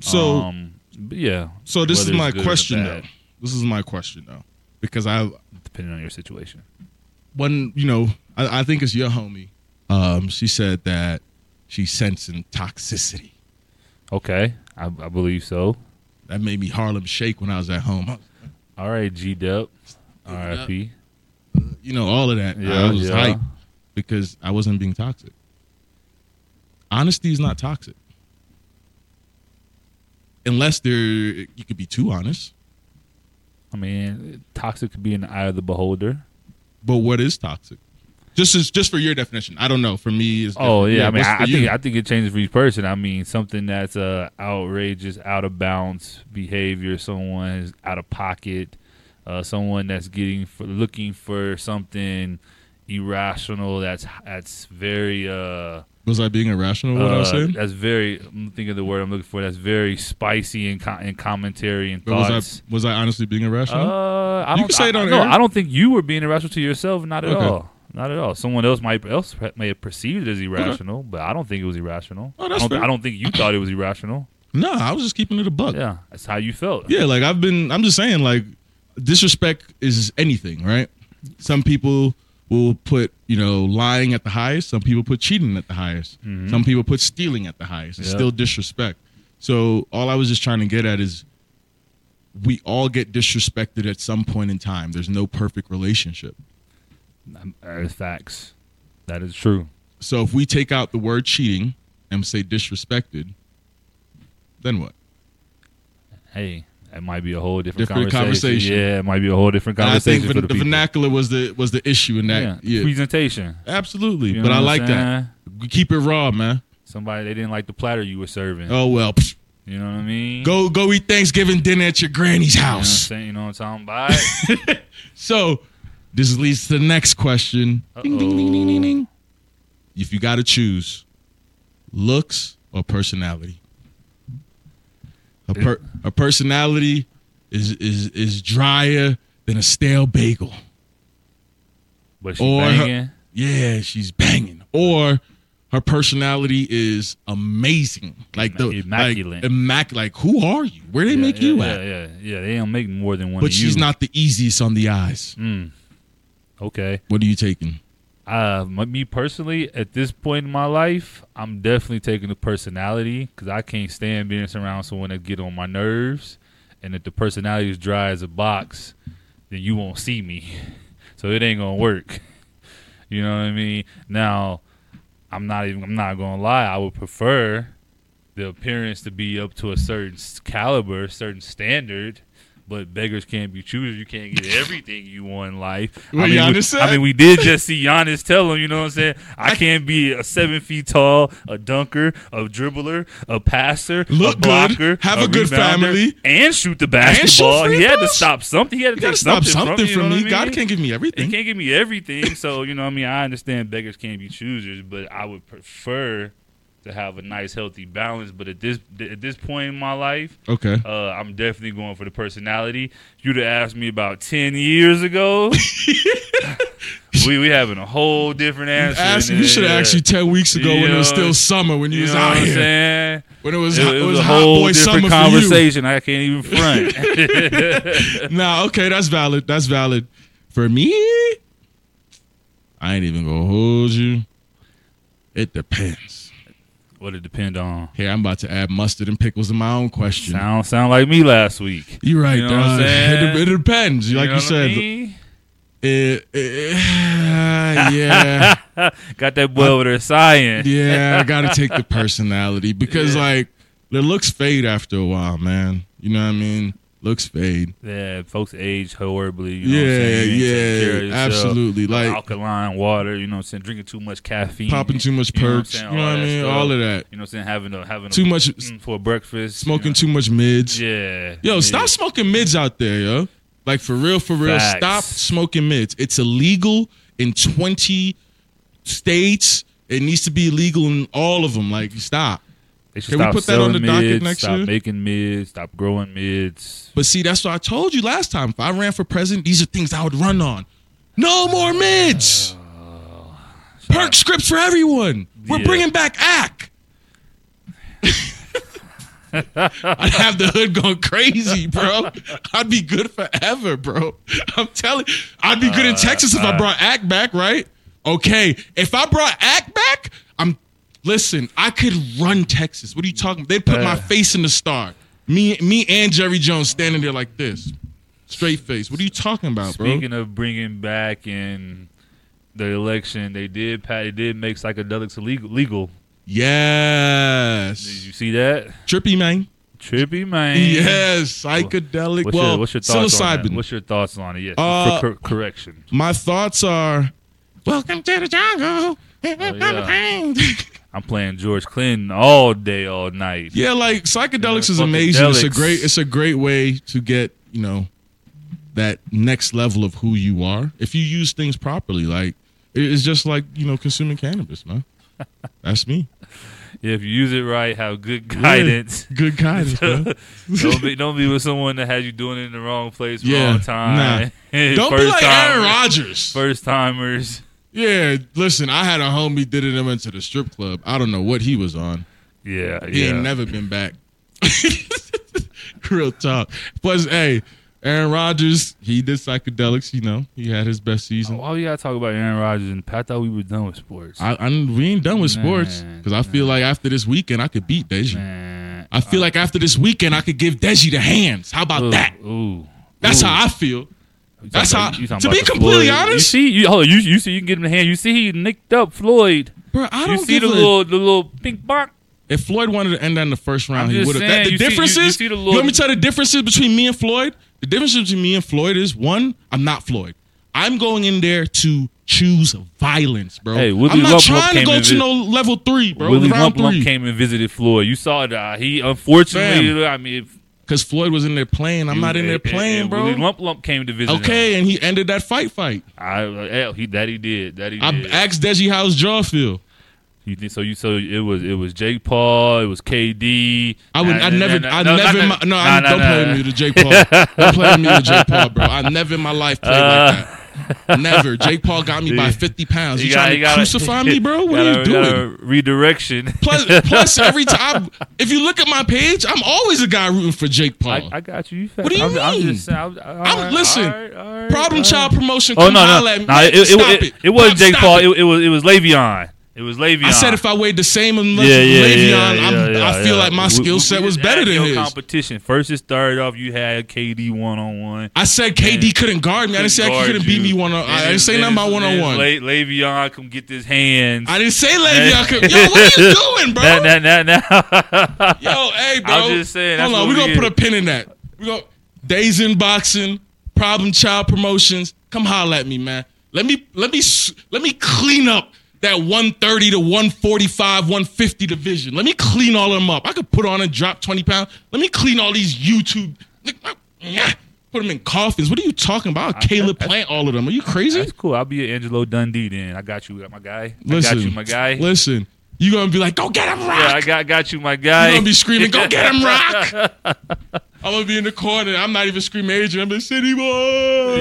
[SPEAKER 1] So
[SPEAKER 2] um, but yeah.
[SPEAKER 1] so this is
[SPEAKER 2] whether it's
[SPEAKER 1] my
[SPEAKER 2] good or
[SPEAKER 1] question though.
[SPEAKER 2] bad,
[SPEAKER 1] This is my question though, because I
[SPEAKER 2] Depending on your situation.
[SPEAKER 1] when you know I, I think it's your homie. Um, she said that she's sensing toxicity.
[SPEAKER 2] Okay, I, I believe so.
[SPEAKER 1] That made me Harlem shake when I was at home.
[SPEAKER 2] All right, G Dub, R.I.P.
[SPEAKER 1] You know all of that.
[SPEAKER 2] Yeah,
[SPEAKER 1] I was
[SPEAKER 2] yeah.
[SPEAKER 1] hyped because I wasn't being toxic. Honesty is not toxic, unless there you could be too honest.
[SPEAKER 2] I mean, toxic could be in the eye of the beholder.
[SPEAKER 1] But what is toxic? Just as, just for your definition, I don't know. For me, it's
[SPEAKER 2] Oh
[SPEAKER 1] different.
[SPEAKER 2] yeah, I mean,
[SPEAKER 1] what's
[SPEAKER 2] I,
[SPEAKER 1] for
[SPEAKER 2] I
[SPEAKER 1] you?
[SPEAKER 2] think I think it changes for each person. I mean, something that's uh, outrageous, out of bounds behavior, someone is out of pocket, uh, someone that's getting for, looking for something irrational. That's that's very uh,
[SPEAKER 1] was I being irrational? What I was
[SPEAKER 2] uh,
[SPEAKER 1] saying?
[SPEAKER 2] that's very. I'm thinking of the word I'm looking for. That's very spicy and co- and commentary and
[SPEAKER 1] But was
[SPEAKER 2] thoughts.
[SPEAKER 1] I was I honestly being irrational?
[SPEAKER 2] Uh, I
[SPEAKER 1] You
[SPEAKER 2] don't,
[SPEAKER 1] can say
[SPEAKER 2] I-
[SPEAKER 1] it on
[SPEAKER 2] no,
[SPEAKER 1] air.
[SPEAKER 2] I don't think you were being irrational to yourself. Not at
[SPEAKER 1] Okay.
[SPEAKER 2] all. Not at all. Someone else might else may have perceived it as irrational, but I don't think it was irrational.
[SPEAKER 1] Oh, that's
[SPEAKER 2] I, don't,
[SPEAKER 1] fair.
[SPEAKER 2] I don't think you thought it was irrational.
[SPEAKER 1] no, I was just keeping it a buck.
[SPEAKER 2] Yeah, that's how you felt.
[SPEAKER 1] Yeah, like I've been. I'm just saying, like disrespect is anything, right? Some people will put you know lying at the highest. Some people put cheating at the highest. Some people put stealing at the highest. It's
[SPEAKER 2] Mm-hmm. Yeah.
[SPEAKER 1] still disrespect. So all I was just trying to get at is we all get disrespected at some point in time. There's no perfect relationship.
[SPEAKER 2] Um, uh, facts. That is true.
[SPEAKER 1] So if we take out the word cheating and say disrespected, then what?
[SPEAKER 2] Hey, that might be a whole different,
[SPEAKER 1] Different conversation.
[SPEAKER 2] Yeah, it might be a whole different
[SPEAKER 1] And I think the,
[SPEAKER 2] conversation for the,
[SPEAKER 1] the
[SPEAKER 2] people.
[SPEAKER 1] vernacular was the was the issue in that.
[SPEAKER 2] yeah.
[SPEAKER 1] yeah.
[SPEAKER 2] presentation.
[SPEAKER 1] Absolutely,
[SPEAKER 2] You
[SPEAKER 1] but
[SPEAKER 2] know
[SPEAKER 1] I
[SPEAKER 2] what I'm
[SPEAKER 1] like that. Keep it raw, man.
[SPEAKER 2] Somebody they didn't like the platter you were serving.
[SPEAKER 1] Oh well, psh.
[SPEAKER 2] You know what I mean? You know
[SPEAKER 1] go go eat Thanksgiving dinner at your granny's
[SPEAKER 2] what I'm
[SPEAKER 1] house.
[SPEAKER 2] saying? You know what I'm talking about?
[SPEAKER 1] So this leads to the next question. Ding, ding, ding, ding, ding, ding. If you got to choose, looks or personality, a per- a personality is is is drier than a stale bagel.
[SPEAKER 2] But she
[SPEAKER 1] Or her-
[SPEAKER 2] banging.
[SPEAKER 1] Yeah, she's banging. Or her personality is amazing. Like the
[SPEAKER 2] Immaculate.
[SPEAKER 1] Like, immac- like who are you? Where they make
[SPEAKER 2] yeah,
[SPEAKER 1] you
[SPEAKER 2] yeah,
[SPEAKER 1] at?
[SPEAKER 2] Yeah, yeah, yeah. They don't make more than one.
[SPEAKER 1] But
[SPEAKER 2] of
[SPEAKER 1] she's
[SPEAKER 2] you. Mm.
[SPEAKER 1] not the easiest on the eyes.
[SPEAKER 2] Okay.
[SPEAKER 1] What are you taking?
[SPEAKER 2] Uh, my- me personally, at this point in my life, I'm definitely taking the personality because I can't stand being around someone that get on my nerves. And if the personality is dry as a box, then you won't see me. So it ain't gonna work. You know what I mean? Now, I'm not even. I'm not gonna lie. I would prefer the appearance to be up to a certain s- caliber, certain standard. But beggars can't be choosers. You can't get everything you want in life.
[SPEAKER 1] What
[SPEAKER 2] I, mean, we,
[SPEAKER 1] Giannis said?
[SPEAKER 2] I mean, we did just see Giannis tell him. You know what I'm saying? I can't be a seven feet tall, a dunker, a dribbler, a passer,
[SPEAKER 1] Look
[SPEAKER 2] a
[SPEAKER 1] good,
[SPEAKER 2] blocker,
[SPEAKER 1] have a good
[SPEAKER 2] rebounder,
[SPEAKER 1] family,
[SPEAKER 2] and shoot the
[SPEAKER 1] and shoot
[SPEAKER 2] basketball.
[SPEAKER 1] free
[SPEAKER 2] he had to
[SPEAKER 1] throws.
[SPEAKER 2] stop something. He had to
[SPEAKER 1] You
[SPEAKER 2] take
[SPEAKER 1] gotta stop
[SPEAKER 2] something,
[SPEAKER 1] something
[SPEAKER 2] from, you know
[SPEAKER 1] from
[SPEAKER 2] what
[SPEAKER 1] me.
[SPEAKER 2] I mean?
[SPEAKER 1] God can't give me
[SPEAKER 2] It
[SPEAKER 1] everything.
[SPEAKER 2] can't give me everything. So, you know, what I mean, I understand beggars can't be choosers, but I would prefer to have a nice, healthy balance. But at this at this point in my life,
[SPEAKER 1] Okay.
[SPEAKER 2] uh, I'm definitely going for the personality. You'd have asked me about ten years ago. we we having a whole different answer.
[SPEAKER 1] Ask,
[SPEAKER 2] than
[SPEAKER 1] you
[SPEAKER 2] that.
[SPEAKER 1] should have asked you ten weeks ago when it was
[SPEAKER 2] Yeah.
[SPEAKER 1] still summer when you,
[SPEAKER 2] You
[SPEAKER 1] was
[SPEAKER 2] know what
[SPEAKER 1] out
[SPEAKER 2] I'm
[SPEAKER 1] here
[SPEAKER 2] saying?
[SPEAKER 1] when it was
[SPEAKER 2] It,
[SPEAKER 1] hot-
[SPEAKER 2] it
[SPEAKER 1] it
[SPEAKER 2] was
[SPEAKER 1] was
[SPEAKER 2] a
[SPEAKER 1] hot
[SPEAKER 2] whole
[SPEAKER 1] boy summer
[SPEAKER 2] different conversation. I can't even front.
[SPEAKER 1] for you. Nah, okay, that's valid. That's valid. For me, I ain't even gonna hold you. It depends.
[SPEAKER 2] what it depend on.
[SPEAKER 1] Here, I'm about to add mustard and pickles in my own question.
[SPEAKER 2] Sound sound like me last week.
[SPEAKER 1] You're right,
[SPEAKER 2] You know what I'm
[SPEAKER 1] dog. It,
[SPEAKER 2] saying?
[SPEAKER 1] de- it depends. like
[SPEAKER 2] know
[SPEAKER 1] you
[SPEAKER 2] what I
[SPEAKER 1] said,
[SPEAKER 2] mean?
[SPEAKER 1] it- it- yeah.
[SPEAKER 2] got that boy over there sighing.
[SPEAKER 1] Yeah, I gotta take the personality because like the looks fade after a while, man. You know what I mean? Looks fade.
[SPEAKER 2] Yeah, folks age horribly. You know what I'm
[SPEAKER 1] Yeah,
[SPEAKER 2] saying? You ain't
[SPEAKER 1] yeah,
[SPEAKER 2] taking care of yourself.
[SPEAKER 1] absolutely. Like-
[SPEAKER 2] alkaline water. You know, what I'm saying drinking too much caffeine,
[SPEAKER 1] Popping too much
[SPEAKER 2] you know what I'm
[SPEAKER 1] perks,
[SPEAKER 2] saying,
[SPEAKER 1] you know what I
[SPEAKER 2] that
[SPEAKER 1] mean?
[SPEAKER 2] stuff.
[SPEAKER 1] All of that.
[SPEAKER 2] You know, what I'm saying having a having a-
[SPEAKER 1] Too much-
[SPEAKER 2] mm, for breakfast, you
[SPEAKER 1] Smoking
[SPEAKER 2] know.
[SPEAKER 1] too much mids.
[SPEAKER 2] Yeah,
[SPEAKER 1] Yo,
[SPEAKER 2] yeah.
[SPEAKER 1] stop smoking mids out there, yo. Like for real, for real.
[SPEAKER 2] Facts.
[SPEAKER 1] Stop smoking mids. It's illegal in twenty states. It needs to be illegal in all of them. Like stop.
[SPEAKER 2] They should
[SPEAKER 1] Can we
[SPEAKER 2] stop
[SPEAKER 1] put that on
[SPEAKER 2] selling
[SPEAKER 1] the docket
[SPEAKER 2] mids,
[SPEAKER 1] next
[SPEAKER 2] stop
[SPEAKER 1] year?
[SPEAKER 2] making mids. Stop growing mids.
[SPEAKER 1] But see, that's what I told you last time. If I ran for president, these are things I would run on. No more mids. Perk scripts for everyone. We're
[SPEAKER 2] Yeah.
[SPEAKER 1] bringing back ACK. I'd have the hood going crazy, bro. I'd be good forever, bro. I'm telling I'd be good
[SPEAKER 2] Uh,
[SPEAKER 1] in Texas if I brought Act back, right? Okay. If I brought Act back, I'm listen, I could run Texas. What are you talking about? They'd put my
[SPEAKER 2] Uh.
[SPEAKER 1] face in the star. Me me and Jerry Jones standing there like this. Straight face. What are you talking about, bro?
[SPEAKER 2] Speaking of bringing back in the election, they did pa- they did make psychedelics illegal. Legal. Did
[SPEAKER 1] yes.
[SPEAKER 2] you see that?
[SPEAKER 1] Trippy, man.
[SPEAKER 2] Trippy man.
[SPEAKER 1] Yes, psychedelic.
[SPEAKER 2] What's,
[SPEAKER 1] well,
[SPEAKER 2] your, what's your thoughts on that?
[SPEAKER 1] psilocybin.
[SPEAKER 2] What's your thoughts on it? Yes.
[SPEAKER 1] Uh,
[SPEAKER 2] cor- cor- correction.
[SPEAKER 1] My thoughts are Welcome to the jungle.
[SPEAKER 2] Oh, yeah. I'm playing George Clinton all day, all night.
[SPEAKER 1] yeah, like psychedelics is
[SPEAKER 2] Fucking
[SPEAKER 1] amazing. It's a
[SPEAKER 2] delics.
[SPEAKER 1] great it's a great way to get, you know, that next level of who you are. If you use things properly, like it- it's just like, you know, consuming cannabis, man. That's me.
[SPEAKER 2] If you use it right, have good guidance.
[SPEAKER 1] Yeah, Good guidance, bro.
[SPEAKER 2] don't be don't be with someone that has you doing it in the wrong place,
[SPEAKER 1] Yeah,
[SPEAKER 2] wrong time.
[SPEAKER 1] Don't be
[SPEAKER 2] First
[SPEAKER 1] like
[SPEAKER 2] time-
[SPEAKER 1] Aaron Rodgers.
[SPEAKER 2] First timers.
[SPEAKER 1] Yeah, listen, I had a homie did it him into the strip club. I don't know what he was on.
[SPEAKER 2] Yeah,
[SPEAKER 1] He
[SPEAKER 2] yeah.
[SPEAKER 1] ain't never been back. Real talk. Plus, hey, Aaron Rodgers, he did psychedelics. You know, he had his best season.
[SPEAKER 2] Why we gotta talk about Aaron Rodgers? And I thought we were done with sports.
[SPEAKER 1] I, I we ain't done with sports
[SPEAKER 2] Man,
[SPEAKER 1] because I feel like after this weekend I could beat Deji.
[SPEAKER 2] Man.
[SPEAKER 1] I feel like after this weekend I could give Deji the hands. How about
[SPEAKER 2] Ooh,
[SPEAKER 1] that?
[SPEAKER 2] Ooh.
[SPEAKER 1] That's
[SPEAKER 2] Ooh.
[SPEAKER 1] how I feel.
[SPEAKER 2] You talking
[SPEAKER 1] that's
[SPEAKER 2] about-
[SPEAKER 1] how-
[SPEAKER 2] you talking
[SPEAKER 1] to
[SPEAKER 2] about
[SPEAKER 1] be
[SPEAKER 2] the
[SPEAKER 1] completely
[SPEAKER 2] Floyd. You
[SPEAKER 1] honest-
[SPEAKER 2] see, you hold on, you, you see, you can get him in the hand. You see, he nicked up Floyd.
[SPEAKER 1] Bro, I
[SPEAKER 2] You
[SPEAKER 1] don't
[SPEAKER 2] see
[SPEAKER 1] give a,
[SPEAKER 2] the little the little pink box.
[SPEAKER 1] If Floyd wanted to end that in the first round,
[SPEAKER 2] I'm
[SPEAKER 1] he
[SPEAKER 2] just
[SPEAKER 1] would
[SPEAKER 2] saying,
[SPEAKER 1] have. The
[SPEAKER 2] you see- you-
[SPEAKER 1] difference
[SPEAKER 2] you
[SPEAKER 1] is,
[SPEAKER 2] see
[SPEAKER 1] you
[SPEAKER 2] the
[SPEAKER 1] want
[SPEAKER 2] Lord-
[SPEAKER 1] me to tell you the differences between me and Floyd? The difference between me and Floyd is one, I'm not Floyd. I'm going in there to choose violence, bro.
[SPEAKER 2] Hey, Willie
[SPEAKER 1] I'm not
[SPEAKER 2] Lump Lump
[SPEAKER 1] trying to
[SPEAKER 2] came
[SPEAKER 1] go
[SPEAKER 2] in
[SPEAKER 1] to
[SPEAKER 2] vi-
[SPEAKER 1] no level three, bro.
[SPEAKER 2] Willie
[SPEAKER 1] round
[SPEAKER 2] Lump Lump
[SPEAKER 1] three,
[SPEAKER 2] came and visited Floyd. You saw that. He unfortunately, I mean,
[SPEAKER 1] because Floyd was in there playing. I'm not in there
[SPEAKER 2] and-
[SPEAKER 1] playing,
[SPEAKER 2] and
[SPEAKER 1] bro.
[SPEAKER 2] eh, Willie Lump Lump came to visit. him.
[SPEAKER 1] okay, and he ended that fight. Fight.
[SPEAKER 2] I hell, he that he did that he
[SPEAKER 1] I
[SPEAKER 2] did.
[SPEAKER 1] asked Deji how his jaw feel.
[SPEAKER 2] you think so? You so it was it was Jake Paul, it was KD.
[SPEAKER 1] I would.
[SPEAKER 2] Nah,
[SPEAKER 1] I
[SPEAKER 2] nah,
[SPEAKER 1] never.
[SPEAKER 2] nah,
[SPEAKER 1] I
[SPEAKER 2] nah,
[SPEAKER 1] never.
[SPEAKER 2] nah,
[SPEAKER 1] in my, no,
[SPEAKER 2] nah,
[SPEAKER 1] I,
[SPEAKER 2] nah,
[SPEAKER 1] don't
[SPEAKER 2] nah,
[SPEAKER 1] play
[SPEAKER 2] nah.
[SPEAKER 1] me with Jake Paul. don't play me with Jake Paul, bro. I never in my life played like that. Never. Jake Paul got me by fifty pounds. You,
[SPEAKER 2] gotta-
[SPEAKER 1] trying to
[SPEAKER 2] gotta-
[SPEAKER 1] crucify me, bro? What are you
[SPEAKER 2] gotta-
[SPEAKER 1] doing?
[SPEAKER 2] gotta Redirection.
[SPEAKER 1] Plus, plus every time, if you look at my page, I'm always a guy rooting for Jake Paul.
[SPEAKER 2] I, I got you. you fat.
[SPEAKER 1] What do you
[SPEAKER 2] I'm, I'm
[SPEAKER 1] mean?
[SPEAKER 2] just saying. I'm, all
[SPEAKER 1] I'm-
[SPEAKER 2] right,
[SPEAKER 1] listen,
[SPEAKER 2] all right, all right,
[SPEAKER 1] Problem
[SPEAKER 2] all right.
[SPEAKER 1] child promotion.
[SPEAKER 2] Oh
[SPEAKER 1] Come
[SPEAKER 2] no,
[SPEAKER 1] holla
[SPEAKER 2] no,
[SPEAKER 1] at me.
[SPEAKER 2] no! It, it,
[SPEAKER 1] Stop
[SPEAKER 2] it, it,
[SPEAKER 1] Pop,
[SPEAKER 2] wasn't Jake
[SPEAKER 1] stop
[SPEAKER 2] Paul.
[SPEAKER 1] it.
[SPEAKER 2] It. it was it was Le'Veon. It was Le'Veon.
[SPEAKER 1] I said if I weighed the same amount
[SPEAKER 2] yeah,
[SPEAKER 1] as
[SPEAKER 2] yeah,
[SPEAKER 1] Le'Veon,
[SPEAKER 2] yeah, yeah,
[SPEAKER 1] I'm,
[SPEAKER 2] yeah,
[SPEAKER 1] I feel
[SPEAKER 2] yeah.
[SPEAKER 1] like my
[SPEAKER 2] We-
[SPEAKER 1] skill
[SPEAKER 2] we-
[SPEAKER 1] set
[SPEAKER 2] we
[SPEAKER 1] was
[SPEAKER 2] just
[SPEAKER 1] better
[SPEAKER 2] added
[SPEAKER 1] than
[SPEAKER 2] your
[SPEAKER 1] his.
[SPEAKER 2] Competition first, it started off. You had KD one on one.
[SPEAKER 1] I said KD couldn't guard me. I didn't say I couldn't beat me one on. I didn't say nothing about one on one.
[SPEAKER 2] Le- Le'Veon come get his hands.
[SPEAKER 1] I didn't say Le'Veon could. Yo, what are you doing, bro?
[SPEAKER 2] Nah, nah, nah, nah.
[SPEAKER 1] Yo, hey, bro.
[SPEAKER 2] I'm just saying, that's
[SPEAKER 1] Hold on, we're
[SPEAKER 2] what we
[SPEAKER 1] gonna
[SPEAKER 2] is.
[SPEAKER 1] put a pin in that. We go days in boxing, problem child promotions. Come holler at me, man. Let me let me s- let me clean up that 130 to 145, 150 division. Let me clean all of them up. I could put on and drop 20 pounds. Let me clean all these YouTube. Put them in coffins. What are you talking about? I'll Caleb Plant, all of them. Are you crazy?
[SPEAKER 2] That's cool. I'll be an Angelo Dundee then. I got you, my guy. I
[SPEAKER 1] Listen,
[SPEAKER 2] got you, my guy.
[SPEAKER 1] Listen, you gonna be like, go get him, Rock.
[SPEAKER 2] Yeah, I got got you, my guy.
[SPEAKER 1] I'm gonna be screaming, "Go get him, Rock!" I'm gonna be in the corner. I'm not even screaming, Adrian. I'm a city boy.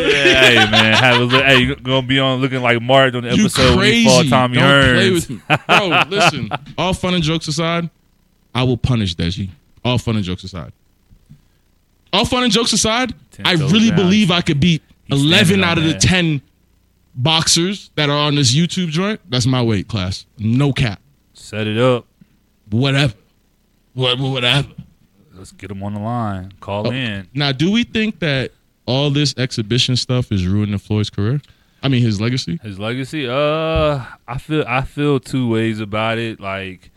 [SPEAKER 2] Yeah, hey man, have a look. Hey, you gonna be on looking like Martin on the
[SPEAKER 1] You
[SPEAKER 2] episode when
[SPEAKER 1] crazy?
[SPEAKER 2] he fought Tommy
[SPEAKER 1] Don't
[SPEAKER 2] Hearns.
[SPEAKER 1] play with me, bro. Listen, all fun and jokes aside, I will punish Deji. All fun and jokes aside. All fun and jokes aside,
[SPEAKER 2] Ten
[SPEAKER 1] I
[SPEAKER 2] toes
[SPEAKER 1] really
[SPEAKER 2] down.
[SPEAKER 1] believe I could beat
[SPEAKER 2] He's
[SPEAKER 1] eleven
[SPEAKER 2] standing on
[SPEAKER 1] out of the
[SPEAKER 2] that.
[SPEAKER 1] ten boxers that are on this YouTube joint. That's my weight class. No cap.
[SPEAKER 2] Set it up.
[SPEAKER 1] Whatever. What? Whatever.
[SPEAKER 2] Let's get him on the line.
[SPEAKER 1] Oh.
[SPEAKER 2] Call in.
[SPEAKER 1] Now, do we think that all this exhibition stuff is ruining Floyd's career? I mean, his legacy.
[SPEAKER 2] His legacy. Uh, I feel I feel two ways about it. Like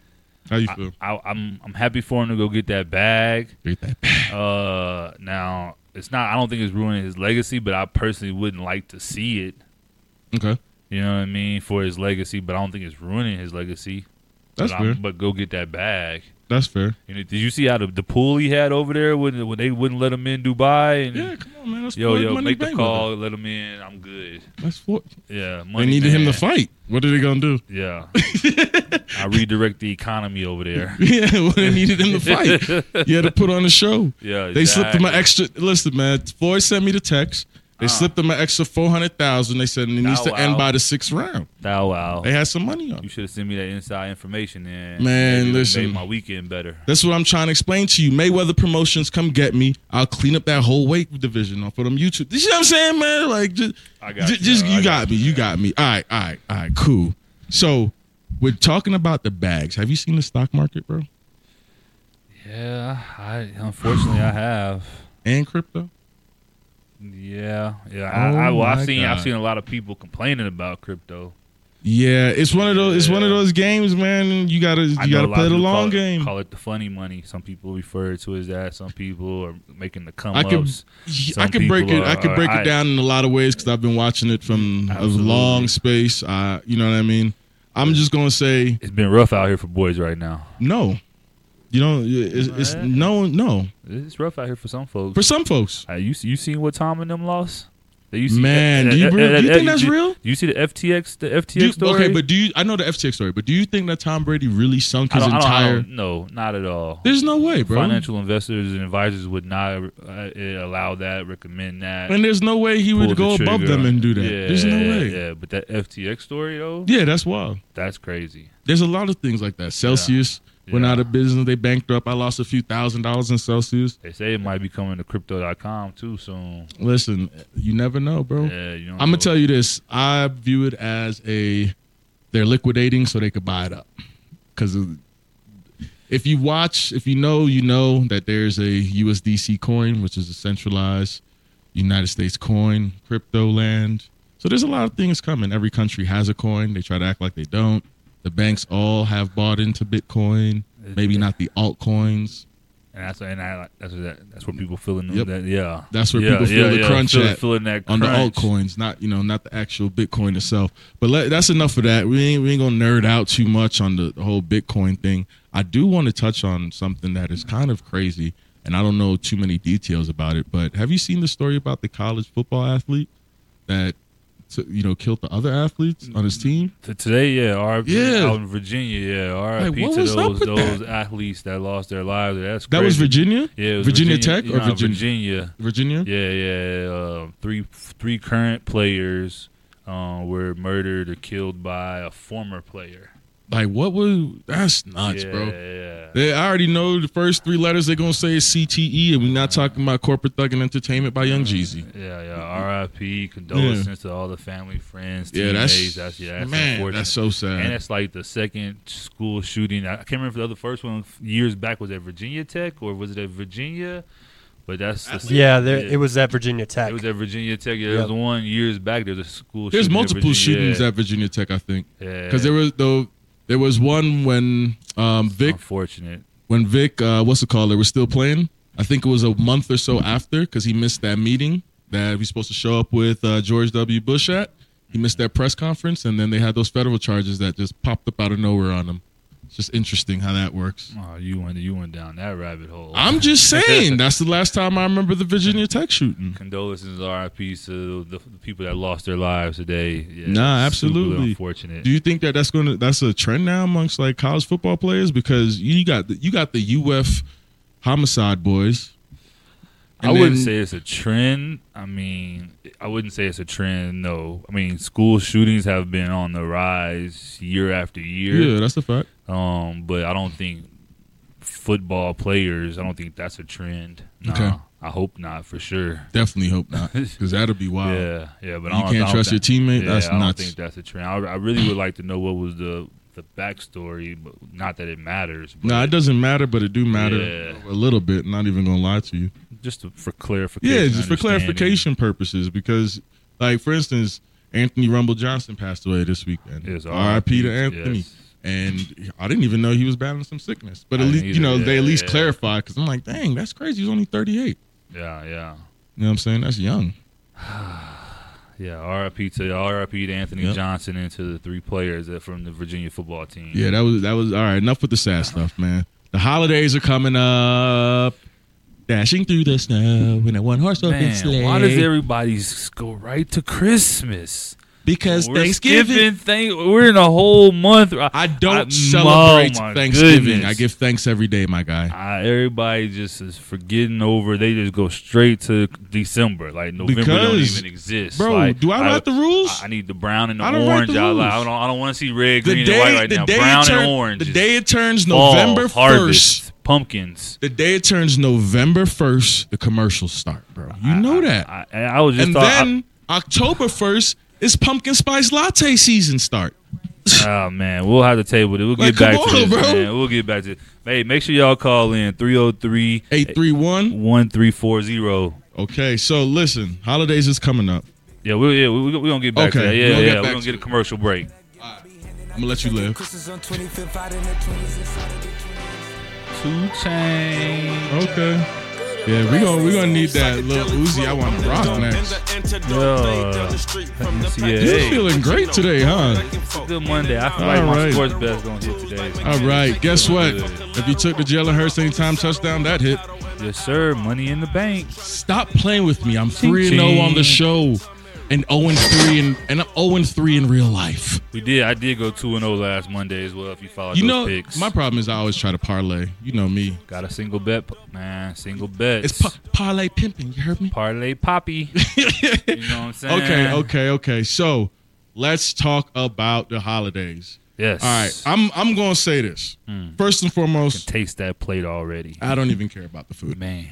[SPEAKER 1] How you feel?
[SPEAKER 2] I, I'm I'm happy for him to go get that bag.
[SPEAKER 1] Read that back.
[SPEAKER 2] Uh, now it's not. I don't think it's ruining his legacy, but I personally wouldn't like to see it.
[SPEAKER 1] Okay,
[SPEAKER 2] You know what I mean for his legacy, but I don't think it's ruining his legacy.
[SPEAKER 1] that's
[SPEAKER 2] but,
[SPEAKER 1] fair.
[SPEAKER 2] I'm- but go get that bag.
[SPEAKER 1] That's fair.
[SPEAKER 2] You know, did you see how the, the pool he had over there when when they wouldn't let him in Dubai? And
[SPEAKER 1] Yeah, come on, man. That's
[SPEAKER 2] yo,
[SPEAKER 1] Floyd
[SPEAKER 2] yo,
[SPEAKER 1] Money
[SPEAKER 2] make the
[SPEAKER 1] Mayweather.
[SPEAKER 2] call, let him in. I'm good.
[SPEAKER 1] That's Floyd.
[SPEAKER 2] Yeah,
[SPEAKER 1] They
[SPEAKER 2] money
[SPEAKER 1] needed him to
[SPEAKER 2] man.
[SPEAKER 1] fight. What are they gonna do?
[SPEAKER 2] Yeah, I redirect the economy over there.
[SPEAKER 1] yeah, well, they needed him to fight. You had to put on a show.
[SPEAKER 2] Yeah,
[SPEAKER 1] They slipped him
[SPEAKER 2] exactly. Uh-huh.
[SPEAKER 1] an extra. Listen, man. Floyd sent me the text. They slipped him an extra four hundred thousand. They said it needs
[SPEAKER 2] Oh,
[SPEAKER 1] to end
[SPEAKER 2] wow.
[SPEAKER 1] by the sixth round.
[SPEAKER 2] Bow wow.
[SPEAKER 1] They had some money on.
[SPEAKER 2] You
[SPEAKER 1] it.
[SPEAKER 2] should have sent me that inside information, man.
[SPEAKER 1] Man,
[SPEAKER 2] Maybe it
[SPEAKER 1] listen.
[SPEAKER 2] Made my weekend better.
[SPEAKER 1] That's what I'm trying to explain to you. Mayweather Promotions, come get me. I'll clean up that whole weight division off of them YouTube. You see what I'm saying, man? Like, just,
[SPEAKER 2] I got
[SPEAKER 1] ju-
[SPEAKER 2] you,
[SPEAKER 1] just
[SPEAKER 2] bro.
[SPEAKER 1] you
[SPEAKER 2] I
[SPEAKER 1] got,
[SPEAKER 2] got
[SPEAKER 1] me. You got me. All right, all right, all right. Cool. So, we're talking about the bags. Have you seen the stock market, bro?
[SPEAKER 2] Yeah, I unfortunately I have.
[SPEAKER 1] And crypto.
[SPEAKER 2] Yeah, yeah.
[SPEAKER 1] Oh
[SPEAKER 2] I, I, well,
[SPEAKER 1] my
[SPEAKER 2] I've seen
[SPEAKER 1] God.
[SPEAKER 2] I've seen a lot of people complaining about crypto.
[SPEAKER 1] Yeah, it's one of those. It's one of
[SPEAKER 2] Yeah.
[SPEAKER 1] those games, man. You gotta,
[SPEAKER 2] I
[SPEAKER 1] you
[SPEAKER 2] know a
[SPEAKER 1] gotta
[SPEAKER 2] lot
[SPEAKER 1] play
[SPEAKER 2] of
[SPEAKER 1] the
[SPEAKER 2] people call
[SPEAKER 1] long
[SPEAKER 2] it-
[SPEAKER 1] game.
[SPEAKER 2] Call it the funny money. Some people refer to it as that. Some people are making the come
[SPEAKER 1] I could,
[SPEAKER 2] ups.
[SPEAKER 1] I
[SPEAKER 2] Some
[SPEAKER 1] could break
[SPEAKER 2] people
[SPEAKER 1] it. I could
[SPEAKER 2] are-
[SPEAKER 1] break it
[SPEAKER 2] I-
[SPEAKER 1] down in a lot of ways because I've been watching it from a
[SPEAKER 2] Absolutely.
[SPEAKER 1] long space. Uh, you know what I mean? I'm just gonna say
[SPEAKER 2] It's been rough out here for boys right now.
[SPEAKER 1] no. You know, it's, it's
[SPEAKER 2] Alright.
[SPEAKER 1] no, no.
[SPEAKER 2] It's rough out here for some folks.
[SPEAKER 1] For some folks,
[SPEAKER 2] Uh, you see- you seen what Tom and them lost? That You see-
[SPEAKER 1] Man, do you
[SPEAKER 2] uh,
[SPEAKER 1] believe-
[SPEAKER 2] uh,
[SPEAKER 1] do you
[SPEAKER 2] uh,
[SPEAKER 1] think that's real?
[SPEAKER 2] You see the FTX the FTX
[SPEAKER 1] Do you-
[SPEAKER 2] story?
[SPEAKER 1] okay. But do you? I know the FTX story, but do you think that Tom Brady really sunk
[SPEAKER 2] I
[SPEAKER 1] his
[SPEAKER 2] don't, I don't- I
[SPEAKER 1] entire?
[SPEAKER 2] don't- no, not at all.
[SPEAKER 1] there's no way, bro.
[SPEAKER 2] Financial investors and advisors would not uh, uh, allow that, recommend that.
[SPEAKER 1] And there's no way he would go
[SPEAKER 2] pull the
[SPEAKER 1] above
[SPEAKER 2] trigger
[SPEAKER 1] them
[SPEAKER 2] on
[SPEAKER 1] and
[SPEAKER 2] it.
[SPEAKER 1] do that.
[SPEAKER 2] Yeah,
[SPEAKER 1] there's no way.
[SPEAKER 2] Yeah, but that FTX story though,
[SPEAKER 1] yeah, that's wild.
[SPEAKER 2] that's crazy.
[SPEAKER 1] There's a lot of things like that. Celsius went
[SPEAKER 2] Yeah.
[SPEAKER 1] out of business. They banked up. I lost a few thousand dollars in Celsius.
[SPEAKER 2] They say it might be coming to crypto.com too soon.
[SPEAKER 1] Listen, you never know, bro.
[SPEAKER 2] Yeah, you know.
[SPEAKER 1] I'm gonna tell you this. I view it as a they're liquidating so they could buy it up. Because if you watch, if you know, you know that there's a USDC coin, which is a centralized United States coin, crypto land. So there's a lot of things coming. Every country has a coin. They try to act like they don't. The banks all have bought into Bitcoin. Maybe not the altcoins.
[SPEAKER 2] and that's and I, that's what that, that's where people feeling
[SPEAKER 1] Yep.
[SPEAKER 2] that. Yeah,
[SPEAKER 1] That's where
[SPEAKER 2] Yeah,
[SPEAKER 1] people feel
[SPEAKER 2] yeah,
[SPEAKER 1] the
[SPEAKER 2] yeah,
[SPEAKER 1] crunch
[SPEAKER 2] feel-
[SPEAKER 1] at
[SPEAKER 2] feeling that
[SPEAKER 1] on
[SPEAKER 2] crunch.
[SPEAKER 1] the altcoins, not you know, not the actual Bitcoin itself. But let, that's enough of that. We ain't we ain't gonna nerd out too much on the, the whole Bitcoin thing. I do want to touch on something that is kind of crazy, and I don't know too many details about it. But have you seen the story about the college football athlete that t- you know killed the other athletes on his team?
[SPEAKER 2] T- Today, yeah, RIP
[SPEAKER 1] Yeah.
[SPEAKER 2] out in Virginia, yeah, RIP
[SPEAKER 1] what
[SPEAKER 2] to
[SPEAKER 1] was up
[SPEAKER 2] those
[SPEAKER 1] with
[SPEAKER 2] those athletes that lost their lives. That's
[SPEAKER 1] That was
[SPEAKER 2] crazy.
[SPEAKER 1] Virginia.
[SPEAKER 2] Yeah, it was
[SPEAKER 1] Virginia, Tech or
[SPEAKER 2] nah,
[SPEAKER 1] Virginia? Virginia.
[SPEAKER 2] Virginia. Yeah, yeah. Uh, three three current players uh, were murdered or killed by a former player.
[SPEAKER 1] Like what was? That's nuts,
[SPEAKER 2] yeah,
[SPEAKER 1] bro.
[SPEAKER 2] yeah.
[SPEAKER 1] They, I already know the first three letters they're gonna say is CTE, and we're not talking about corporate thug and entertainment by Young Jeezy.
[SPEAKER 2] Yeah, yeah. RIP. Condolences to all the family, friends,
[SPEAKER 1] Mm-hmm. Yeah, that's-
[SPEAKER 2] teammates. Yeah, that's, yeah, that's
[SPEAKER 1] Man,
[SPEAKER 2] unfortunate.
[SPEAKER 1] that's so sad.
[SPEAKER 2] and it's like the second school shooting. I can't remember if the other first one years back was at Virginia Tech or was it at Virginia? But that's the
[SPEAKER 6] Yeah, there, it was at Virginia Tech.
[SPEAKER 2] It was at Virginia Tech. Yeah, there
[SPEAKER 6] Yep.
[SPEAKER 2] was one years back. There's a school.
[SPEAKER 1] There's
[SPEAKER 2] shooting at
[SPEAKER 1] multiple
[SPEAKER 2] Virginia.
[SPEAKER 1] shootings
[SPEAKER 2] yeah.
[SPEAKER 1] at Virginia Tech, I think,
[SPEAKER 2] Yeah.
[SPEAKER 1] because there was though there was one when um, Vic
[SPEAKER 2] Oh. Unfortunate.
[SPEAKER 1] when Vic uh, what's it called? They were still playing. I think it was a month or so after because he missed that meeting that he was supposed to show up with uh, George W. Bush at. He missed that press conference, and then they had those federal charges that just popped up out of nowhere on him. It's just interesting how that works.
[SPEAKER 2] Oh, you went you went down that rabbit hole.
[SPEAKER 1] I'm just saying. That's the last time I remember the Virginia Tech shooting.
[SPEAKER 2] Condolences, RIPs to the, the people that lost their lives today. Yeah,
[SPEAKER 1] Nah,
[SPEAKER 2] it's super
[SPEAKER 1] absolutely.
[SPEAKER 2] Unfortunate.
[SPEAKER 1] Do you think that that's going to that's a trend now amongst like college football players because you got the, you got the UF homicide boys.
[SPEAKER 2] I
[SPEAKER 1] And
[SPEAKER 2] wouldn't
[SPEAKER 1] then-
[SPEAKER 2] say it's a trend. I mean, I wouldn't say it's a trend. No, I mean, school shootings have been on the rise year after
[SPEAKER 1] Yeah,
[SPEAKER 2] year.
[SPEAKER 1] that's a fact.
[SPEAKER 2] Um, but I don't think football players. I don't think that's a trend. Nah,
[SPEAKER 1] Okay.
[SPEAKER 2] I hope not for sure.
[SPEAKER 1] Definitely hope not because that'd be wild.
[SPEAKER 2] Yeah, yeah, but
[SPEAKER 1] You
[SPEAKER 2] I don't,
[SPEAKER 1] can't
[SPEAKER 2] I don't
[SPEAKER 1] trust
[SPEAKER 2] think-
[SPEAKER 1] your teammate?
[SPEAKER 2] Yeah,
[SPEAKER 1] That's
[SPEAKER 2] I don't
[SPEAKER 1] nuts.
[SPEAKER 2] think that's a trend. I, I really would like to know what was the the backstory, but not that it matters. But
[SPEAKER 1] No, it doesn't matter, but it do matter
[SPEAKER 2] Yeah.
[SPEAKER 1] a little bit. Not even gonna lie to you.
[SPEAKER 2] just to, for clarification.
[SPEAKER 1] Yeah, just for
[SPEAKER 2] understanding.
[SPEAKER 1] clarification purposes, because like for instance, Anthony Rumble Johnson passed away this weekend.
[SPEAKER 2] Yes,
[SPEAKER 1] R.I.P. to
[SPEAKER 2] R.I.P.,
[SPEAKER 1] Anthony.
[SPEAKER 2] yes.
[SPEAKER 1] And I didn't even know he was battling some sickness, but
[SPEAKER 2] I
[SPEAKER 1] at
[SPEAKER 2] didn't
[SPEAKER 1] least you know
[SPEAKER 2] either.
[SPEAKER 1] they at
[SPEAKER 2] Yeah,
[SPEAKER 1] least
[SPEAKER 2] yeah.
[SPEAKER 1] clarified because I'm like, dang, that's crazy. He's only 38.
[SPEAKER 2] Yeah, yeah.
[SPEAKER 1] You know what I'm saying? That's young.
[SPEAKER 2] Yeah, RIP to RIP to Anthony
[SPEAKER 1] Yep.
[SPEAKER 2] Johnson and to the three players that from the Virginia football team.
[SPEAKER 1] Yeah, that was that was all right. Enough with the sad stuff, man. The holidays are coming up. Dashing through the snow in a one horse open
[SPEAKER 2] Man,
[SPEAKER 1] sleigh.
[SPEAKER 2] why does everybody s- go right to Christmas?
[SPEAKER 1] because
[SPEAKER 2] We're
[SPEAKER 1] Thanksgiving.
[SPEAKER 2] skipping Thank- we're in a whole month.
[SPEAKER 1] I don't
[SPEAKER 2] oh
[SPEAKER 1] celebrate
[SPEAKER 2] my
[SPEAKER 1] Thanksgiving.
[SPEAKER 2] goodness.
[SPEAKER 1] I give thanks every day, my guy.
[SPEAKER 2] I, everybody just is forgetting over. They just go straight to December. Like November don't
[SPEAKER 1] Because,
[SPEAKER 2] even exist.
[SPEAKER 1] bro,
[SPEAKER 2] Like,
[SPEAKER 1] do I write the rules?
[SPEAKER 2] I, I need the brown and the
[SPEAKER 1] I don't write
[SPEAKER 2] orange.
[SPEAKER 1] the
[SPEAKER 2] I, like, I
[SPEAKER 1] rules.
[SPEAKER 2] don't. I don't want to see red, green, and white right now.
[SPEAKER 1] it
[SPEAKER 2] brown
[SPEAKER 1] turn-
[SPEAKER 2] and orange.
[SPEAKER 1] The day it turns
[SPEAKER 2] Fall,
[SPEAKER 1] November
[SPEAKER 2] harvest,
[SPEAKER 1] first.
[SPEAKER 2] pumpkins.
[SPEAKER 1] The day it turns November first, the commercials start, bro. You know that.
[SPEAKER 2] I, I, I was just
[SPEAKER 1] and
[SPEAKER 2] thought. I-
[SPEAKER 1] then October first is pumpkin spice latte season start.
[SPEAKER 2] Oh man, we'll have to table it. We'll
[SPEAKER 1] Like,
[SPEAKER 2] get back
[SPEAKER 1] come
[SPEAKER 2] to
[SPEAKER 1] on,
[SPEAKER 2] this,
[SPEAKER 1] bro.
[SPEAKER 2] man. We'll get back to it. Hey, make sure y'all call in 303
[SPEAKER 1] Eight three one.
[SPEAKER 2] 1340.
[SPEAKER 1] Okay, so listen, holidays is coming up.
[SPEAKER 2] Yeah, we're yeah, we, we, we gonna get back to
[SPEAKER 1] Okay,
[SPEAKER 2] that.
[SPEAKER 1] we
[SPEAKER 2] Yeah,
[SPEAKER 1] gonna get
[SPEAKER 2] yeah,
[SPEAKER 1] back
[SPEAKER 2] we're gonna
[SPEAKER 1] to
[SPEAKER 2] get a
[SPEAKER 1] it.
[SPEAKER 2] commercial break.
[SPEAKER 1] I'm gonna let you live.
[SPEAKER 5] Christmas on 25th, out in the 20s, inside of the 20s.
[SPEAKER 2] Two chain.
[SPEAKER 1] Okay. Yeah, we gonna we gonna need that little Uzi. I want to rock next. You're
[SPEAKER 2] Hey.
[SPEAKER 1] feeling great today, huh?
[SPEAKER 2] Good Monday. I feel like my
[SPEAKER 1] Alright.
[SPEAKER 2] sports bet's gonna hit today.
[SPEAKER 1] All right. Guess what?
[SPEAKER 2] Good.
[SPEAKER 1] If you took the Jalen Hurts anytime touchdown, that hit.
[SPEAKER 2] Yes, sir. Money in the bank.
[SPEAKER 1] Stop playing with me. I'm
[SPEAKER 2] Ching,
[SPEAKER 1] 3 0 on the show
[SPEAKER 2] ching.
[SPEAKER 1] and 0 3 in, and I'm 0 3 in real life.
[SPEAKER 2] We did. I did go two and zero last Monday as well. If you follow
[SPEAKER 1] You
[SPEAKER 2] those
[SPEAKER 1] know,
[SPEAKER 2] picks,
[SPEAKER 1] my problem is I always try to parlay. You know me.
[SPEAKER 2] got a single bet, man. Single bet.
[SPEAKER 1] It's pa- parlay pimping. You heard me?
[SPEAKER 2] parlay poppy. you know what I'm saying?
[SPEAKER 1] Okay, okay, okay. So let's talk about the holidays.
[SPEAKER 2] Yes.
[SPEAKER 1] All right. I'm, I'm going to say this.
[SPEAKER 2] Hmm.
[SPEAKER 1] First and foremost,
[SPEAKER 2] taste that plate already.
[SPEAKER 1] I don't even care about the food.
[SPEAKER 2] Man.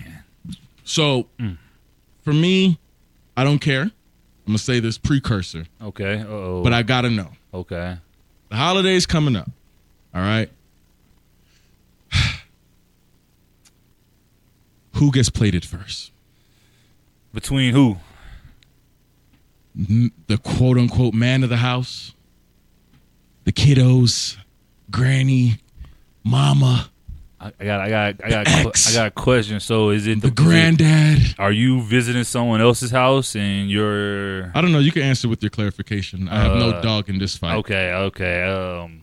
[SPEAKER 1] So
[SPEAKER 2] Hmm.
[SPEAKER 1] for me, I don't care. I'm going to say this precursor,
[SPEAKER 2] Okay. Uh oh.
[SPEAKER 1] but I got to know.
[SPEAKER 2] okay.
[SPEAKER 1] The holidays coming up. All right. Who gets plated first?
[SPEAKER 2] Between who?
[SPEAKER 1] The quote unquote man of the house, the kiddos, granny, mama,
[SPEAKER 2] I, I got. I got. I got. a que-
[SPEAKER 1] Ex.
[SPEAKER 2] I got a question. So is it the,
[SPEAKER 1] the granddad.
[SPEAKER 2] Are you visiting someone else's house and you're?
[SPEAKER 1] I don't know. You can answer with your clarification. I have no
[SPEAKER 2] Uh,
[SPEAKER 1] dog in this fight.
[SPEAKER 2] Okay. Okay. Um.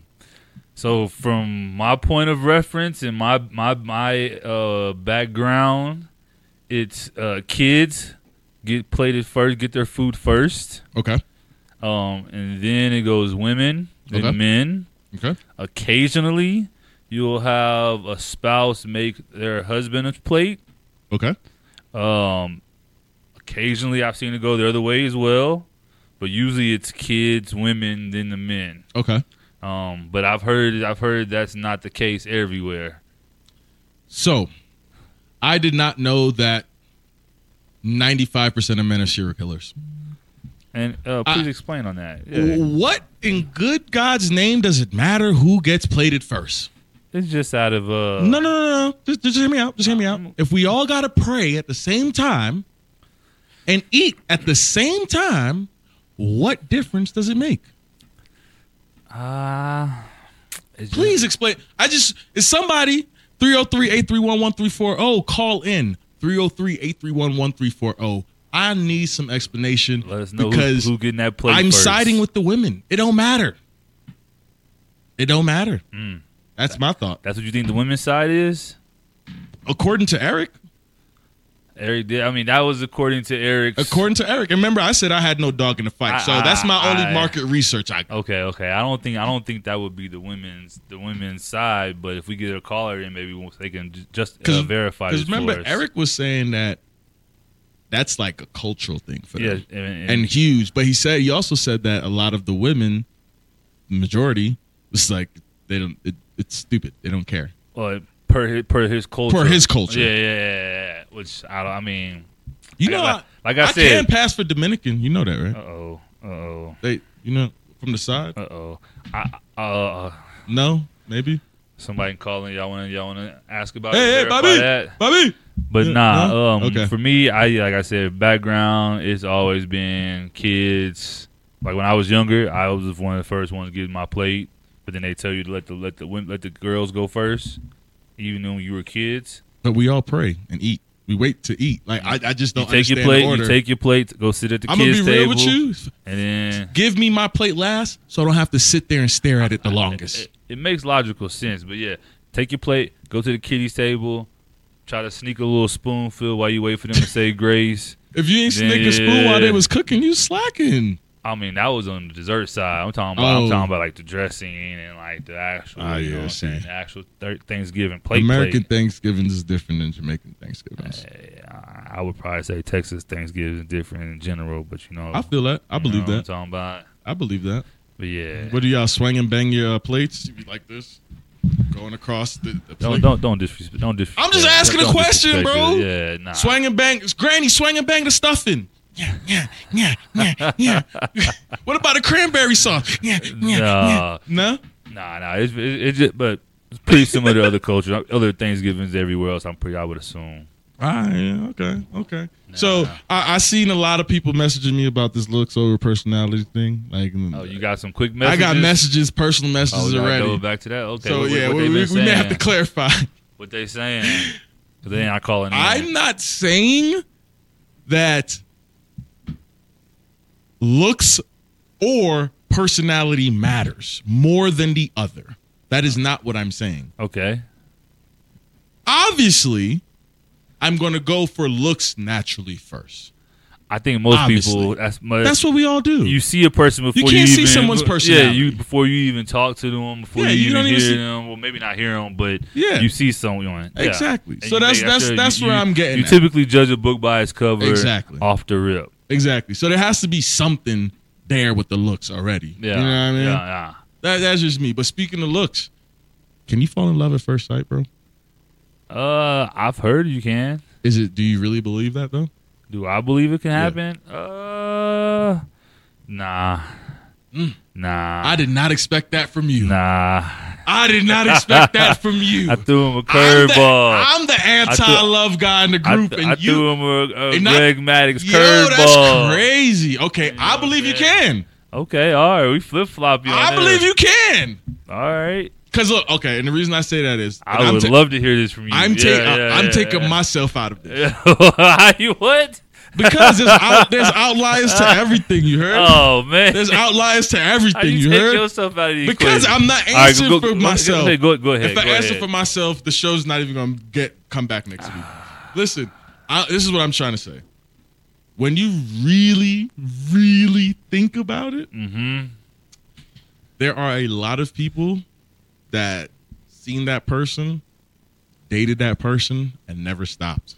[SPEAKER 2] So from my point of reference and my my my uh background, it's uh kids get plated first, get their food first,
[SPEAKER 1] Okay.
[SPEAKER 2] um, and then it goes women, then
[SPEAKER 1] Okay.
[SPEAKER 2] men,
[SPEAKER 1] Okay.
[SPEAKER 2] occasionally you'll have a spouse make their husband a plate
[SPEAKER 1] Okay.
[SPEAKER 2] um occasionally i've seen it go the other way as well but usually it's kids women then the men
[SPEAKER 1] Okay.
[SPEAKER 2] um but i've heard i've heard that's not the case everywhere
[SPEAKER 1] So, I did not know that 95% of men are serial killers.
[SPEAKER 2] and uh please
[SPEAKER 1] I-
[SPEAKER 2] explain on that
[SPEAKER 1] W-
[SPEAKER 2] yeah.
[SPEAKER 1] What in good God's name does it matter who gets plated first?
[SPEAKER 2] it's just out of uh
[SPEAKER 1] No, no, no, no. Just, just hear me out. Just hear me out.
[SPEAKER 2] Mm-hmm.
[SPEAKER 1] If we all got to pray at the same time and eat at the same time, what difference does it make?
[SPEAKER 2] uh, it's just-
[SPEAKER 1] Please explain. I just, is somebody 303 831 1340? oh, Call in 303 831 1340. oh. I need some explanation
[SPEAKER 2] let us know who,
[SPEAKER 1] because
[SPEAKER 2] who getting that plate
[SPEAKER 1] I'm
[SPEAKER 2] first.
[SPEAKER 1] siding with the women. It don't matter. It don't matter.
[SPEAKER 2] Hmm.
[SPEAKER 1] That's my thought.
[SPEAKER 2] that's what you think the women's side is
[SPEAKER 1] According to Eric.
[SPEAKER 2] eric did i mean that was according to eric's
[SPEAKER 1] According to Eric. And remember, I said I had no dog in the fight. so
[SPEAKER 2] I-
[SPEAKER 1] that's my only
[SPEAKER 2] I-
[SPEAKER 1] market research I got.
[SPEAKER 2] Okay, okay. I don't think I don't think that would be the women's the women's side, but if we get a caller in, maybe we'll- they can ju- just uh, verify. this
[SPEAKER 1] remember,
[SPEAKER 2] for us.
[SPEAKER 1] Eric was saying that that's like a cultural thing for
[SPEAKER 2] Yeah,
[SPEAKER 1] them.
[SPEAKER 2] and, and,
[SPEAKER 1] and huge. But he said he also said that a lot of the women, majority, was like they don't. It, it's stupid. They don't care.
[SPEAKER 2] uh, per his, per his culture,
[SPEAKER 1] his culture.
[SPEAKER 2] Yeah, yeah, yeah. yeah. Which I don't. I mean,
[SPEAKER 1] You
[SPEAKER 2] I
[SPEAKER 1] know,
[SPEAKER 2] got-
[SPEAKER 1] I,
[SPEAKER 2] like I
[SPEAKER 1] can
[SPEAKER 2] said-
[SPEAKER 1] pass for Dominican. You know that, right?
[SPEAKER 2] uh oh, uh oh,
[SPEAKER 1] They, you know, from the side.
[SPEAKER 2] uh oh. I uh,
[SPEAKER 1] No, maybe.
[SPEAKER 2] somebody calling y'all want to y'all want to ask about it,
[SPEAKER 1] Hey, hey,
[SPEAKER 2] verify
[SPEAKER 1] Bobby,
[SPEAKER 2] that.
[SPEAKER 1] Bobby.
[SPEAKER 2] But
[SPEAKER 1] Yeah,
[SPEAKER 2] nah,
[SPEAKER 1] no?
[SPEAKER 2] um,
[SPEAKER 1] Okay.
[SPEAKER 2] for me, I like I said, background it's always been kids. Like when I was younger, I was one of the first ones getting my plate, but then they tell you to let the let the wom- let the girls go first, even when you were kids.
[SPEAKER 1] But we all pray and eat. We wait to eat. Like I, I just don't
[SPEAKER 2] You take
[SPEAKER 1] understand
[SPEAKER 2] your
[SPEAKER 1] the
[SPEAKER 2] plate,
[SPEAKER 1] order.
[SPEAKER 2] you take your plate, go sit at the
[SPEAKER 1] I'm gonna be
[SPEAKER 2] kids
[SPEAKER 1] real
[SPEAKER 2] table,
[SPEAKER 1] with you.
[SPEAKER 2] and then
[SPEAKER 1] Give me my plate last, so I don't have to sit there and stare at it the longest.
[SPEAKER 2] it, it makes logical sense. But yeah, take your plate, go to the kiddies table, try to sneak a little spoonful while you wait for them to say grace.
[SPEAKER 1] If you ain't sneak
[SPEAKER 2] Yeah.
[SPEAKER 1] a spoon while they was cooking, you slacking.
[SPEAKER 2] I mean, that was on the dessert side. I'm talking about. I'm
[SPEAKER 1] Oh.
[SPEAKER 2] talking about like the dressing and like the actual.
[SPEAKER 1] Ah,
[SPEAKER 2] you
[SPEAKER 1] yeah,
[SPEAKER 2] know what I'm
[SPEAKER 1] same.
[SPEAKER 2] saying, the actual thir- Thanksgiving plate.
[SPEAKER 1] American
[SPEAKER 2] plate.
[SPEAKER 1] Thanksgivings is different than Jamaican Thanksgivings.
[SPEAKER 2] Yeah, I would probably say Texas Thanksgiving is different in general, but you know,
[SPEAKER 1] I feel that. I
[SPEAKER 2] you know
[SPEAKER 1] believe
[SPEAKER 2] what
[SPEAKER 1] that.
[SPEAKER 2] I'm talking about.
[SPEAKER 1] I believe that.
[SPEAKER 2] But yeah,
[SPEAKER 1] What do y'all swing and bang your uh, plates? You be like this, going across the, the
[SPEAKER 2] don't
[SPEAKER 1] plate.
[SPEAKER 2] don't don't disrespect. Don't disrespect.
[SPEAKER 1] I'm just asking a
[SPEAKER 2] don't
[SPEAKER 1] question,
[SPEAKER 2] disrespect
[SPEAKER 1] bro.
[SPEAKER 2] it. Yeah, nah.
[SPEAKER 1] Swang and bang, Granny. Swang and bang the stuffing. Yeah, yeah, yeah, yeah, yeah. what about the cranberry sauce? Yeah, yeah,
[SPEAKER 2] Nah.
[SPEAKER 1] yeah. No,
[SPEAKER 2] Nah, nah. It's, it, it's just, but it's pretty similar to other cultures, other Thanksgivings everywhere else. I'm pretty. I would assume.
[SPEAKER 1] Ah, yeah, okay, okay. So I, I seen a lot of people messaging me about this looks over personality thing. Like,
[SPEAKER 2] Oh, you got some quick
[SPEAKER 1] I
[SPEAKER 2] messages.
[SPEAKER 1] got messages, personal
[SPEAKER 2] Oh,
[SPEAKER 1] messages
[SPEAKER 2] we gotta go
[SPEAKER 1] already.
[SPEAKER 2] back to that. Okay.
[SPEAKER 1] So
[SPEAKER 2] what,
[SPEAKER 1] yeah,
[SPEAKER 2] what they
[SPEAKER 1] we,
[SPEAKER 2] been
[SPEAKER 1] we, we may have
[SPEAKER 2] saying.
[SPEAKER 1] to clarify.
[SPEAKER 2] What they saying? 'Cause they ain't calling. in.
[SPEAKER 1] I'm not saying that looks or personality matters more than the other. That is not what I'm saying.
[SPEAKER 2] okay.
[SPEAKER 1] Obviously, I'm going to go for looks naturally first.
[SPEAKER 2] I think most
[SPEAKER 1] Obviously.
[SPEAKER 2] people. That's much,
[SPEAKER 1] That's what we all do.
[SPEAKER 2] you see a person before you,
[SPEAKER 1] can't see
[SPEAKER 2] even-
[SPEAKER 1] someone's
[SPEAKER 2] Yeah,
[SPEAKER 1] personality.
[SPEAKER 2] you before you even talk to them, before
[SPEAKER 1] Yeah,
[SPEAKER 2] you,
[SPEAKER 1] you
[SPEAKER 2] even
[SPEAKER 1] don't even
[SPEAKER 2] hear
[SPEAKER 1] see-
[SPEAKER 2] them. Well, maybe not hear them, but
[SPEAKER 1] Yeah.
[SPEAKER 2] you see someone. Yeah.
[SPEAKER 1] Exactly.
[SPEAKER 2] And
[SPEAKER 1] So
[SPEAKER 2] you
[SPEAKER 1] that's-
[SPEAKER 2] make
[SPEAKER 1] that's-
[SPEAKER 2] sure
[SPEAKER 1] that's where I'm getting
[SPEAKER 2] You
[SPEAKER 1] at.
[SPEAKER 2] typically judge a book by its cover.
[SPEAKER 1] Exactly.
[SPEAKER 2] Off the rip.
[SPEAKER 1] exactly. So there has to be something there with the looks already.
[SPEAKER 2] Yeah.
[SPEAKER 1] You know what I mean?
[SPEAKER 2] Yeah. yeah.
[SPEAKER 1] That, that's just me. But speaking of looks, can you fall in love at first sight, bro?
[SPEAKER 2] Uh, I've heard you can.
[SPEAKER 1] Is it? Do you really believe that though?
[SPEAKER 2] Do I believe it can happen? Uh, nah, nah,
[SPEAKER 1] Mm. I did not expect that from you.
[SPEAKER 2] nah.
[SPEAKER 1] I did not expect that from you.
[SPEAKER 2] I threw him a
[SPEAKER 1] I'm the-
[SPEAKER 2] curveball.
[SPEAKER 1] I'm the, anti-love guy in the
[SPEAKER 2] I,
[SPEAKER 1] group,
[SPEAKER 2] th-
[SPEAKER 1] and
[SPEAKER 2] I
[SPEAKER 1] you,
[SPEAKER 2] threw him a, a
[SPEAKER 1] and I-
[SPEAKER 2] Greg Maddox
[SPEAKER 1] yo, that's
[SPEAKER 2] curveball.
[SPEAKER 1] crazy. Okay, I believe you can.
[SPEAKER 2] Okay, all right, we flip flop you.
[SPEAKER 1] I believe you can.
[SPEAKER 2] All right,
[SPEAKER 1] Cause look, okay, and the reason I say that is and
[SPEAKER 2] I
[SPEAKER 1] I'm
[SPEAKER 2] would
[SPEAKER 1] ta-
[SPEAKER 2] love to hear this from you.
[SPEAKER 1] I'm,
[SPEAKER 2] Yeah,
[SPEAKER 1] ta-
[SPEAKER 2] yeah,
[SPEAKER 1] I'm
[SPEAKER 2] yeah,
[SPEAKER 1] taking
[SPEAKER 2] yeah.
[SPEAKER 1] myself out of this
[SPEAKER 2] you what?
[SPEAKER 1] because there's, out, there's outliers to everything. You heard?
[SPEAKER 2] Oh man,
[SPEAKER 1] There's outliers to
[SPEAKER 2] How
[SPEAKER 1] everything.
[SPEAKER 2] you,
[SPEAKER 1] You,
[SPEAKER 2] take
[SPEAKER 1] heard?
[SPEAKER 2] yourself out of the
[SPEAKER 1] Because
[SPEAKER 2] equation?
[SPEAKER 1] I'm not
[SPEAKER 2] All right,
[SPEAKER 1] answering
[SPEAKER 2] go-
[SPEAKER 1] for
[SPEAKER 2] go-
[SPEAKER 1] myself.
[SPEAKER 2] Go, go, go ahead.
[SPEAKER 1] if I
[SPEAKER 2] go
[SPEAKER 1] answer
[SPEAKER 2] ahead.
[SPEAKER 1] for myself, the show's not even gonna get come back next week. Listen, I, this is what I'm trying to say. When you really, really think about it,
[SPEAKER 2] Mm-hmm.
[SPEAKER 1] there are a lot of people that seen that person, dated that person, and never stopped.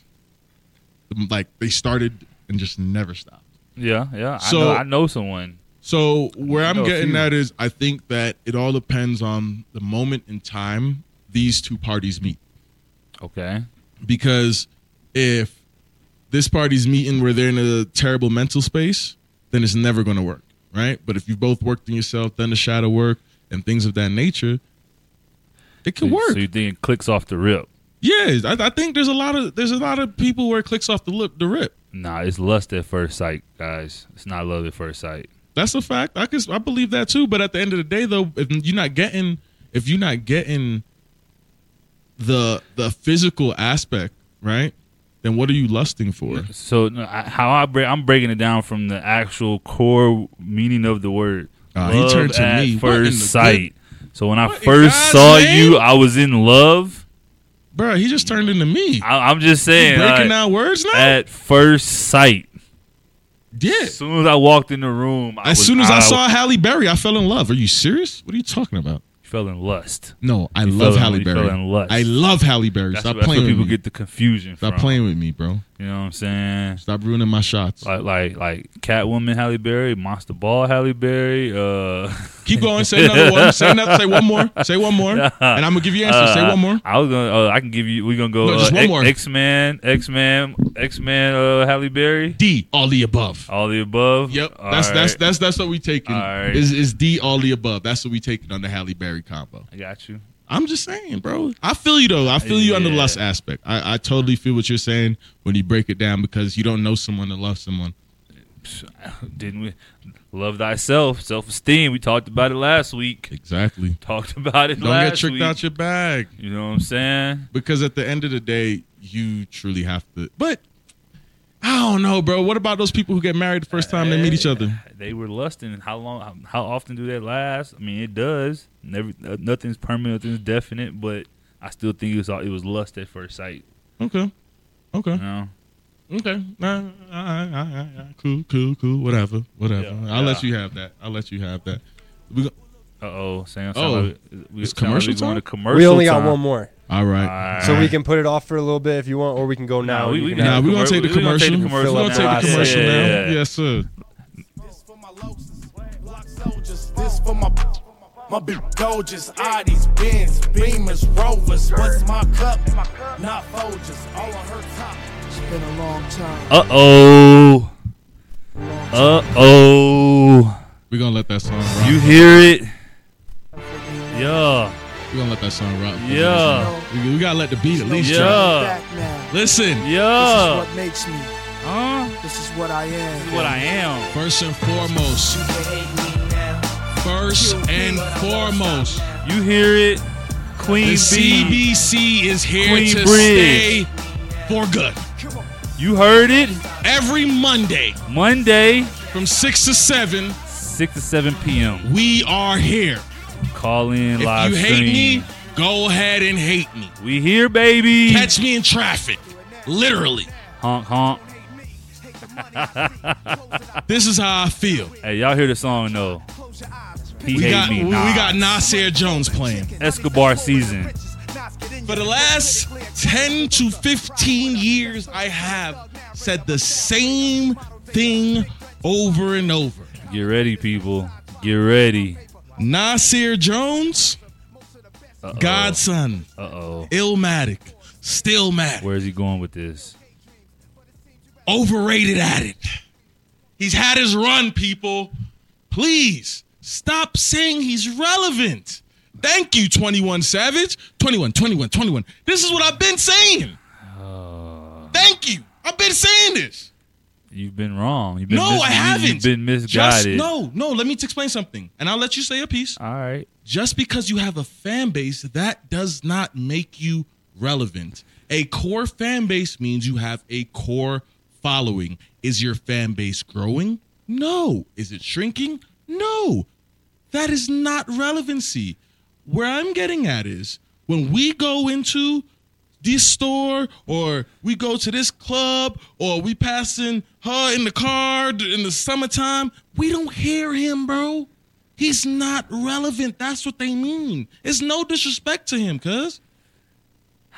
[SPEAKER 1] Um, Like they started and just never stopped.
[SPEAKER 2] Yeah, yeah.
[SPEAKER 1] So-
[SPEAKER 2] I know I know someone.
[SPEAKER 1] So where I'm
[SPEAKER 2] know a
[SPEAKER 1] getting
[SPEAKER 2] few.
[SPEAKER 1] at is I think that it all depends on the moment in time these two parties meet.
[SPEAKER 2] Okay.
[SPEAKER 1] Because if this party's meeting where they're in a terrible mental space, then it's never going to work, right? But if you've both worked in yourself, done the shadow work and things of that nature, it can work.
[SPEAKER 2] So you think it clicks off the rip?
[SPEAKER 1] Yeah, I, I think there's a lot of there's a lot of people where it clicks off the lip, the rip.
[SPEAKER 2] Nah, it's lust at first sight, guys. It's not love at first sight.
[SPEAKER 1] That's a fact. I can, I believe that too. But at the end of the day, though, if you're not getting, if you're not getting the the physical aspect right, then what are you lusting for?
[SPEAKER 2] So no, I, how I break, I'm breaking it down from the actual core meaning of the word.
[SPEAKER 1] Ah, he
[SPEAKER 2] Love
[SPEAKER 1] turned to
[SPEAKER 2] at
[SPEAKER 1] me. What in the
[SPEAKER 2] First sight. So when I
[SPEAKER 1] What in God's
[SPEAKER 2] first saw
[SPEAKER 1] name?
[SPEAKER 2] you, I was in love.
[SPEAKER 1] Bro, he just turned into me.
[SPEAKER 2] I, I'm just saying.
[SPEAKER 1] Breaking
[SPEAKER 2] like,
[SPEAKER 1] down words now.
[SPEAKER 2] at first sight.
[SPEAKER 1] yeah.
[SPEAKER 2] As soon as I walked in the room, I
[SPEAKER 1] As
[SPEAKER 2] was-
[SPEAKER 1] soon as I, saw Halle Berry, I fell in love. Are you serious? What are you talking about?
[SPEAKER 2] fell in lust.
[SPEAKER 1] No, I
[SPEAKER 2] You
[SPEAKER 1] love
[SPEAKER 2] fell in-
[SPEAKER 1] Halle
[SPEAKER 2] you fell
[SPEAKER 1] Berry.
[SPEAKER 2] in lust.
[SPEAKER 1] I love Halle Berry.
[SPEAKER 2] That's,
[SPEAKER 1] Stop
[SPEAKER 2] what, that's
[SPEAKER 1] playing
[SPEAKER 2] where
[SPEAKER 1] with
[SPEAKER 2] people
[SPEAKER 1] me.
[SPEAKER 2] get the confusion
[SPEAKER 1] Stop
[SPEAKER 2] from.
[SPEAKER 1] playing with me, bro.
[SPEAKER 2] You know what I'm saying?
[SPEAKER 1] Stop ruining my shots.
[SPEAKER 2] Like like like Catwoman Halle Berry, Monster Ball Halle Berry. Uh,
[SPEAKER 1] Keep going. Say another one. Say another. Say one more. Say one more. And I'm gonna give you answers. Say
[SPEAKER 2] uh,
[SPEAKER 1] one more.
[SPEAKER 2] I was gonna. Oh, I can give you. We're gonna go. uh,
[SPEAKER 1] No, just one more.
[SPEAKER 2] X Man, X Man, X Man. Uh, Halle Berry.
[SPEAKER 1] D. All the above.
[SPEAKER 2] All the above.
[SPEAKER 1] Yep.
[SPEAKER 2] All
[SPEAKER 1] that's that's
[SPEAKER 2] right.
[SPEAKER 1] that's that's what we taking.
[SPEAKER 2] All right.
[SPEAKER 1] Is is D all the above? That's what we taking on the Halle Berry combo.
[SPEAKER 2] I got you.
[SPEAKER 1] I'm just saying, bro. I feel you though. I feel you on the
[SPEAKER 2] Yeah.
[SPEAKER 1] lust aspect. I, I totally feel what you're saying when you break it down because you don't know someone to love someone.
[SPEAKER 2] Didn't we? Love thyself, self esteem. We talked about it last week.
[SPEAKER 1] Exactly.
[SPEAKER 2] Talked about it
[SPEAKER 1] Don't
[SPEAKER 2] last
[SPEAKER 1] get tricked
[SPEAKER 2] week.
[SPEAKER 1] out your bag.
[SPEAKER 2] you know what I'm saying?
[SPEAKER 1] Because at the end of the day, you truly have to but I don't know, bro. What about those people who get married the first time they meet each other?
[SPEAKER 2] They were lusting. How long? How, how often do that last? I mean, it does. Never. uh, Nothing's permanent. Nothing's definite. But I still think it was all. It was lust at first sight.
[SPEAKER 1] Okay. Okay.
[SPEAKER 2] You know.
[SPEAKER 1] Okay. Nah, all right, all right, all right. Cool, cool, cool. Whatever, whatever.
[SPEAKER 2] Yeah.
[SPEAKER 1] I'll let you have that. I'll let you have that. We go-
[SPEAKER 2] Uh oh,
[SPEAKER 1] Oh,
[SPEAKER 2] Sam. sound like we
[SPEAKER 1] it's
[SPEAKER 2] sound like
[SPEAKER 1] commercial
[SPEAKER 2] we going
[SPEAKER 1] time?
[SPEAKER 2] to commercial.
[SPEAKER 6] We only got
[SPEAKER 2] time.
[SPEAKER 6] one more,
[SPEAKER 1] all right.
[SPEAKER 2] Alright.
[SPEAKER 6] so we can put it off for a little bit if you want, or we can go now. and
[SPEAKER 2] Nah, we,
[SPEAKER 6] you
[SPEAKER 2] we
[SPEAKER 6] can
[SPEAKER 2] can
[SPEAKER 1] Nah,
[SPEAKER 6] have-
[SPEAKER 2] have
[SPEAKER 1] we
[SPEAKER 2] the
[SPEAKER 1] gonna
[SPEAKER 2] commer-
[SPEAKER 1] take the
[SPEAKER 2] we gonna take the
[SPEAKER 1] commercial.
[SPEAKER 2] commercial.
[SPEAKER 6] Fill
[SPEAKER 1] We'll
[SPEAKER 6] up
[SPEAKER 2] now.
[SPEAKER 1] take the
[SPEAKER 6] last
[SPEAKER 1] commercial
[SPEAKER 2] Yeah,
[SPEAKER 1] now.
[SPEAKER 2] yeah, yeah.
[SPEAKER 1] Yes, sir.
[SPEAKER 7] This for my locusts, block soldiers. This for my my big Dodgers, Oddies, Benz, Beamers, Rovers. What's my cup? Not Folgers. All on her top. It's been a long time.
[SPEAKER 2] Uh oh. Uh oh.
[SPEAKER 1] We're gonna let that song rock.
[SPEAKER 2] You hear it? Yeah.
[SPEAKER 1] We're gonna let that song rock.
[SPEAKER 2] Yeah.
[SPEAKER 1] We, we gotta let the beat at least drop.
[SPEAKER 2] Yeah.
[SPEAKER 7] Back now.
[SPEAKER 1] Listen,
[SPEAKER 2] Yeah.
[SPEAKER 7] This is what makes me.
[SPEAKER 2] Huh?
[SPEAKER 7] This is what I
[SPEAKER 2] This
[SPEAKER 7] am.
[SPEAKER 2] is what I am.
[SPEAKER 1] first and foremost, first and foremost,
[SPEAKER 2] You hear it?
[SPEAKER 1] the
[SPEAKER 2] Queen B.
[SPEAKER 1] CBC is here
[SPEAKER 2] Queen
[SPEAKER 1] to
[SPEAKER 2] Bridge.
[SPEAKER 1] stay for good.
[SPEAKER 2] You heard it?
[SPEAKER 1] Every Monday
[SPEAKER 2] Monday,
[SPEAKER 1] from six to seven,
[SPEAKER 2] 6 to 7 p.m.
[SPEAKER 1] we are here.
[SPEAKER 2] Call in live
[SPEAKER 1] if you hate
[SPEAKER 2] stream.
[SPEAKER 1] me, go ahead and hate me.
[SPEAKER 2] We here, baby.
[SPEAKER 1] Catch me in traffic, literally.
[SPEAKER 2] honk, honk.
[SPEAKER 1] This is how I feel.
[SPEAKER 2] Hey, y'all hear the song, though. He
[SPEAKER 1] We
[SPEAKER 2] hate
[SPEAKER 1] got
[SPEAKER 2] me.
[SPEAKER 1] we, we
[SPEAKER 2] Nas.
[SPEAKER 1] got Nasir Jones playing.
[SPEAKER 2] Escobar season.
[SPEAKER 1] For the last 10 to 15 years, I have said the same thing over and over.
[SPEAKER 2] Get ready, people. Get ready.
[SPEAKER 1] Nasir Jones,
[SPEAKER 2] Uh-oh.
[SPEAKER 1] Godson,
[SPEAKER 2] Uh oh.
[SPEAKER 1] Illmatic, Stillmatic,
[SPEAKER 2] Where's he going with this?
[SPEAKER 1] overrated at it. He's had his run, people. Please stop saying he's relevant. Thank you, 21 Savage. 21, 21, 21. This is what I've been saying.
[SPEAKER 2] Oh.
[SPEAKER 1] Thank you. I've been saying this.
[SPEAKER 2] You've been wrong. You've been
[SPEAKER 1] no,
[SPEAKER 2] mis-
[SPEAKER 1] I
[SPEAKER 2] you-
[SPEAKER 1] haven't.
[SPEAKER 2] You've been
[SPEAKER 1] Just,
[SPEAKER 2] misguided.
[SPEAKER 1] no, no. Let me t- explain something, and I'll let you say your piece.
[SPEAKER 2] All right.
[SPEAKER 1] Just because you have a fan base, that does not make you relevant. A core fan base means you have a core following. Is your fan base growing? No. Is it shrinking? No. That is not relevancy. Where I'm getting at is when we go into this store or we go to this club or we passing her in the car d- in the summertime, we don't hear him, bro. He's not relevant. That's what they mean. It's no disrespect to him, cuz.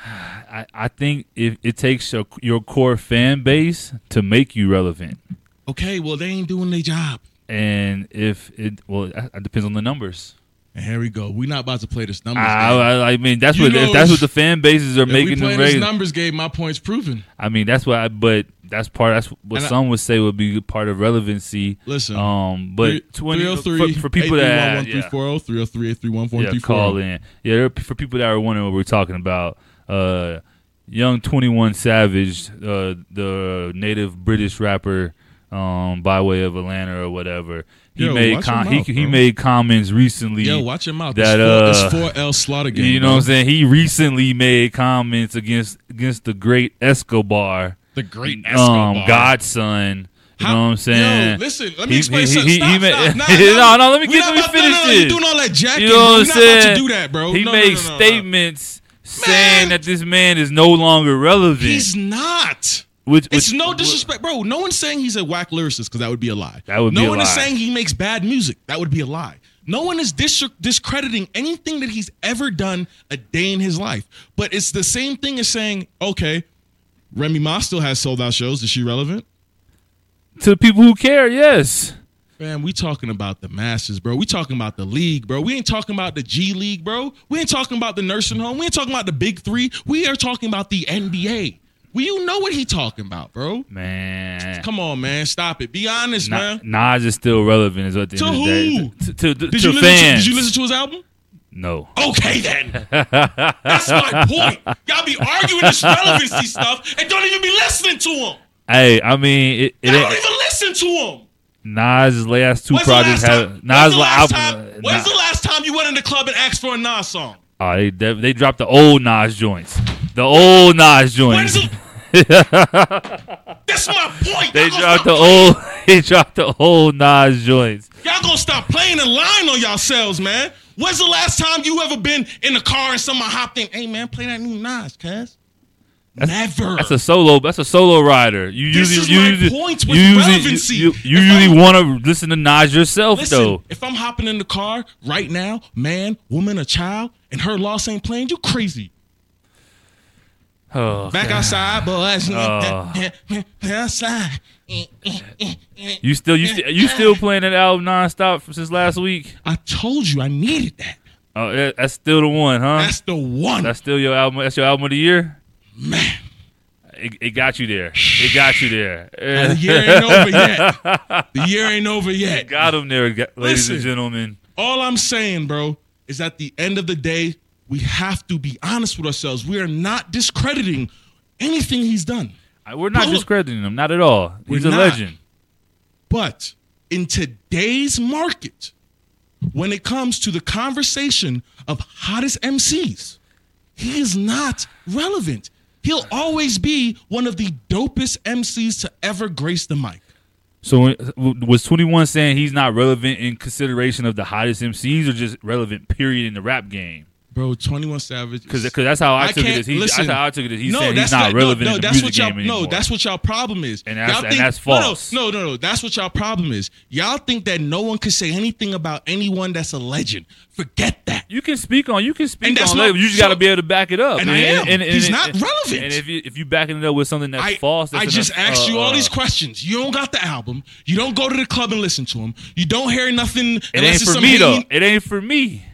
[SPEAKER 2] I, I think if it takes your, your core fan base to make you relevant.
[SPEAKER 1] Okay, well, they ain't doing their job.
[SPEAKER 2] And if it, well, it, it depends on the numbers.
[SPEAKER 1] And here we go. we not about to play this numbers
[SPEAKER 2] Ah, I,
[SPEAKER 1] game.
[SPEAKER 2] I, I mean, that's
[SPEAKER 1] You
[SPEAKER 2] what
[SPEAKER 1] know,
[SPEAKER 2] if that's
[SPEAKER 1] if-
[SPEAKER 2] what the fan bases are
[SPEAKER 1] If we
[SPEAKER 2] making
[SPEAKER 1] playing
[SPEAKER 2] them
[SPEAKER 1] this
[SPEAKER 2] regular.
[SPEAKER 1] numbers game, my point's proven.
[SPEAKER 2] I mean, that's what. I, but that's part. That's what
[SPEAKER 1] And I-
[SPEAKER 2] some would say would be part of relevancy.
[SPEAKER 1] Listen,
[SPEAKER 2] um, but
[SPEAKER 1] Three-
[SPEAKER 2] twenty for, for people that yeah,
[SPEAKER 1] 831-1340, 303-831-1340.
[SPEAKER 2] yeah, call in. Yeah, there, for people that are wondering what we're talking about, uh, young Twenty One Savage, uh, the native British rapper, um, by way of Atlanta or whatever. He
[SPEAKER 1] Yo,
[SPEAKER 2] made
[SPEAKER 1] watch your
[SPEAKER 2] he
[SPEAKER 1] mouth,
[SPEAKER 2] he
[SPEAKER 1] bro.
[SPEAKER 2] made comments recently.
[SPEAKER 1] Yo, watch your mouth.
[SPEAKER 2] That,
[SPEAKER 1] it's,
[SPEAKER 2] uh,
[SPEAKER 1] four, it's 4L slaughter game.
[SPEAKER 2] you know
[SPEAKER 1] bro.
[SPEAKER 2] what I'm saying? He recently made comments against against the great Escobar.
[SPEAKER 1] The great Escobar.
[SPEAKER 2] um, godson. You
[SPEAKER 1] How-
[SPEAKER 2] know what I'm saying?
[SPEAKER 1] Yo, listen, let me explain something. Stop, stop. Nah,
[SPEAKER 2] no,
[SPEAKER 1] nah,
[SPEAKER 2] no, let me
[SPEAKER 1] we
[SPEAKER 2] get
[SPEAKER 1] not
[SPEAKER 2] let
[SPEAKER 1] about-
[SPEAKER 2] me
[SPEAKER 1] no, no,
[SPEAKER 2] finish
[SPEAKER 1] no,
[SPEAKER 2] this.
[SPEAKER 1] You doing all that jacking?
[SPEAKER 2] You know what I'm
[SPEAKER 1] we not
[SPEAKER 2] saying?
[SPEAKER 1] about to do that, bro.
[SPEAKER 2] He
[SPEAKER 1] No, no, no,
[SPEAKER 2] makes
[SPEAKER 1] no, no.
[SPEAKER 2] statements
[SPEAKER 1] Man.
[SPEAKER 2] saying that this man is no longer relevant.
[SPEAKER 1] He's not.
[SPEAKER 2] which,
[SPEAKER 1] It's
[SPEAKER 2] which-
[SPEAKER 1] no disrespect, bro. No one's saying he's a whack lyricist because that would be a lie.
[SPEAKER 2] That would
[SPEAKER 1] no
[SPEAKER 2] be a
[SPEAKER 1] one is
[SPEAKER 2] lie.
[SPEAKER 1] saying he makes bad music. That would be a lie. No one is dis- discrediting anything that he's ever done a day in his life. But it's the same thing as saying, okay, Remy Ma still has sold out shows. Is she relevant?
[SPEAKER 2] to the people who care. Yes,
[SPEAKER 1] Man, we talking about the masses, bro. We talking about the league, bro. We ain't talking about the G League, bro. We ain't talking about the nursing home. We ain't talking about the big three. We are talking about the NBA. Well, you know what he talking about, bro.
[SPEAKER 2] man.
[SPEAKER 1] Come on, man. Stop it. Be honest,
[SPEAKER 2] Na-
[SPEAKER 1] man.
[SPEAKER 2] Nas is still relevant. Is what the
[SPEAKER 1] To
[SPEAKER 2] end of the
[SPEAKER 1] who?
[SPEAKER 2] day. To, to, to,
[SPEAKER 1] Did
[SPEAKER 2] to
[SPEAKER 1] you listen to,
[SPEAKER 2] fans.
[SPEAKER 1] did you listen to his album?
[SPEAKER 2] No.
[SPEAKER 1] Okay then. That's my point. Y'all be arguing this relevancy stuff and don't even be listening to him.
[SPEAKER 2] Hey, I mean, it, it
[SPEAKER 1] Y'all don't
[SPEAKER 2] ain't,
[SPEAKER 1] even listen to him.
[SPEAKER 2] Nas' last two
[SPEAKER 1] When's the
[SPEAKER 2] projects
[SPEAKER 1] last time?
[SPEAKER 2] have
[SPEAKER 1] When's
[SPEAKER 2] Nas'
[SPEAKER 1] the last
[SPEAKER 2] album. uh,
[SPEAKER 1] time? When's
[SPEAKER 2] Nas-
[SPEAKER 1] the last time you went in the club and asked for a Nas song?
[SPEAKER 2] Oh, they de- they dropped the old Nas joints. The old Nas
[SPEAKER 1] When's
[SPEAKER 2] joints.
[SPEAKER 1] the That's my point.
[SPEAKER 2] They
[SPEAKER 1] y'all, gonna
[SPEAKER 2] dropped the
[SPEAKER 1] stop,
[SPEAKER 2] old. They dropped the old Nas joints.
[SPEAKER 1] y'all gonna stop playing and lying on yourselves, man. When's the last time you ever been in the car and someone hopped in? Hey man, play that new Nas, cuz. Never.
[SPEAKER 2] That's a solo. That's a solo rider. You
[SPEAKER 1] This
[SPEAKER 2] usually
[SPEAKER 1] is
[SPEAKER 2] you
[SPEAKER 1] my
[SPEAKER 2] usually,
[SPEAKER 1] point with
[SPEAKER 2] you usually,
[SPEAKER 1] relevancy.
[SPEAKER 2] You, you
[SPEAKER 1] If
[SPEAKER 2] usually
[SPEAKER 1] I'm-
[SPEAKER 2] want to listen to Nas yourself
[SPEAKER 1] Listen,
[SPEAKER 2] though.
[SPEAKER 1] if I'm hopping in the car right now, man, woman, a child, and her loss ain't playing, you crazy.
[SPEAKER 2] Oh,
[SPEAKER 1] Back outside, boys.
[SPEAKER 2] Oh.
[SPEAKER 1] outside.
[SPEAKER 2] you still you, st- you still playing that album nonstop from- since last week.
[SPEAKER 1] I told you I needed that.
[SPEAKER 2] Oh, that- that's still the one, huh?
[SPEAKER 1] That's the one,
[SPEAKER 2] That's still your album. That's your album of the year.
[SPEAKER 1] man.
[SPEAKER 2] It, it got you there. It got you there.
[SPEAKER 1] The year ain't over yet. The year ain't over yet.
[SPEAKER 2] got him there, ga- ladies
[SPEAKER 1] Listen.
[SPEAKER 2] and gentlemen.
[SPEAKER 1] All I'm saying, bro, is at the end of the day, we have to be honest with ourselves. We are not discrediting anything he's done.
[SPEAKER 2] I- We're not
[SPEAKER 1] Pull up.
[SPEAKER 2] discrediting him, not at all.
[SPEAKER 1] We're
[SPEAKER 2] He's a
[SPEAKER 1] not.
[SPEAKER 2] legend.
[SPEAKER 1] But in today's market, when it comes to the conversation of hottest MCs, he is not relevant. He'll always be one of the dopest MCs to ever grace the mic.
[SPEAKER 2] So uh, w- was Twenty One saying he's not relevant in consideration of the hottest MCs, or just relevant period in the rap game?
[SPEAKER 1] Bro, 21 Savage.
[SPEAKER 2] Because that's how I, took it. As he,
[SPEAKER 1] listen.
[SPEAKER 2] that's how I took it. As he's saying
[SPEAKER 1] that's
[SPEAKER 2] he's not
[SPEAKER 1] the-
[SPEAKER 2] relevant in the
[SPEAKER 1] that's
[SPEAKER 2] music
[SPEAKER 1] what y'all,
[SPEAKER 2] game anymore.
[SPEAKER 1] No, that's what y'all problem is.
[SPEAKER 2] And that's-
[SPEAKER 1] Y'all
[SPEAKER 2] and that's
[SPEAKER 1] no, no,
[SPEAKER 2] false.
[SPEAKER 1] No, no, no, That's what y'all problem is. Y'all think that no one can say anything about anyone that's a legend. Forget that.
[SPEAKER 2] you can speak on. You can
[SPEAKER 1] And
[SPEAKER 2] speak
[SPEAKER 1] that's
[SPEAKER 2] on.
[SPEAKER 1] not-
[SPEAKER 2] label. you just got to
[SPEAKER 1] so-
[SPEAKER 2] be able to back it up.
[SPEAKER 1] And I am. He's not relevant.
[SPEAKER 2] And if you if you backing it up with something that's
[SPEAKER 1] I,
[SPEAKER 2] false, that's
[SPEAKER 1] I
[SPEAKER 2] an-
[SPEAKER 1] just asked
[SPEAKER 2] uh,
[SPEAKER 1] you all
[SPEAKER 2] uh,
[SPEAKER 1] these questions. You don't got the album. You don't go to the club and listen to him. You don't hear nothing.
[SPEAKER 2] It ain't for me though. It ain't for me.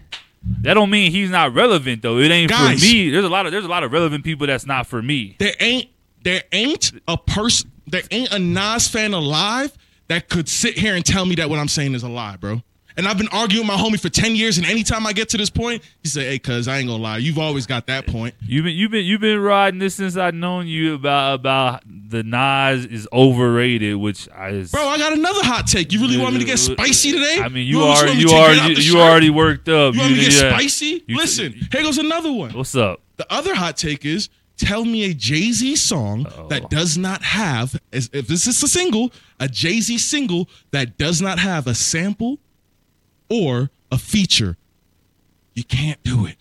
[SPEAKER 2] That don't mean he's not relevant though. It ain't
[SPEAKER 1] Guys.
[SPEAKER 2] for me. There's a lot of there's a lot of relevant people that's not for me.
[SPEAKER 1] There ain't there ain't a person there ain't a Nas fan alive that could sit here and tell me that what I'm saying is a lie, bro. And I've been arguing with my homie for 10 years, and anytime I get to this point, he say, Hey, cuz I ain't gonna lie, you've always got that point.
[SPEAKER 2] You've been you've been you've been riding this since I've known you about about the Nas is overrated, which I is,
[SPEAKER 1] Bro, I got another hot take. You really want me to get spicy today?
[SPEAKER 2] I mean, you
[SPEAKER 1] want-
[SPEAKER 2] are
[SPEAKER 1] want me
[SPEAKER 2] you
[SPEAKER 1] to
[SPEAKER 2] are
[SPEAKER 1] get out
[SPEAKER 2] you,
[SPEAKER 1] the
[SPEAKER 2] you
[SPEAKER 1] shirt?
[SPEAKER 2] already worked up.
[SPEAKER 1] You want me to get
[SPEAKER 2] yeah.
[SPEAKER 1] spicy?
[SPEAKER 2] You-
[SPEAKER 1] Listen, here goes another one.
[SPEAKER 2] what's up?
[SPEAKER 1] The other hot take is tell me a Jay Z song
[SPEAKER 2] Oh.
[SPEAKER 1] that does not have, as if this is a single, a Jay Z single that does not have a sample or a feature. You can't do it.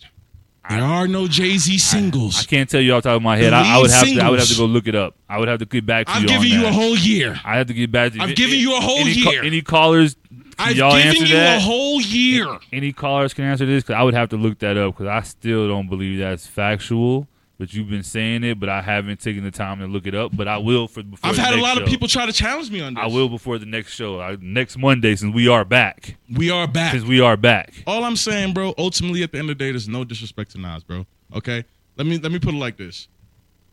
[SPEAKER 1] There are no Jay Z
[SPEAKER 2] I
[SPEAKER 1] singles.
[SPEAKER 2] can't tell you off the top of my head.
[SPEAKER 1] The
[SPEAKER 2] I, I
[SPEAKER 1] lead
[SPEAKER 2] would have to. I would have to
[SPEAKER 1] singles.
[SPEAKER 2] go look it up. I would have to get back to
[SPEAKER 1] I am
[SPEAKER 2] you.
[SPEAKER 1] giving
[SPEAKER 2] on
[SPEAKER 1] you
[SPEAKER 2] that.
[SPEAKER 1] a whole year.
[SPEAKER 2] I have to get back to you.
[SPEAKER 1] I've given you a whole
[SPEAKER 2] any
[SPEAKER 1] year.
[SPEAKER 2] any callers? Can
[SPEAKER 1] I've
[SPEAKER 2] y'all answer
[SPEAKER 1] given you
[SPEAKER 2] that?
[SPEAKER 1] a whole year.
[SPEAKER 2] any callers can answer this because I would have to look that up because I still don't believe that's factual. But you've been saying it, but I haven't taken the time to look it up. But I will for before.
[SPEAKER 1] I've
[SPEAKER 2] the
[SPEAKER 1] had a
[SPEAKER 2] next
[SPEAKER 1] lot of
[SPEAKER 2] show.
[SPEAKER 1] people try to challenge me on this.
[SPEAKER 2] I will before the next show, I, next Monday, since we are back.
[SPEAKER 1] We are back.
[SPEAKER 2] Since we are back,
[SPEAKER 1] All I'm saying, bro, ultimately at the end of the day, there's no disrespect to Nas, bro. Okay? Let me let me put it like this.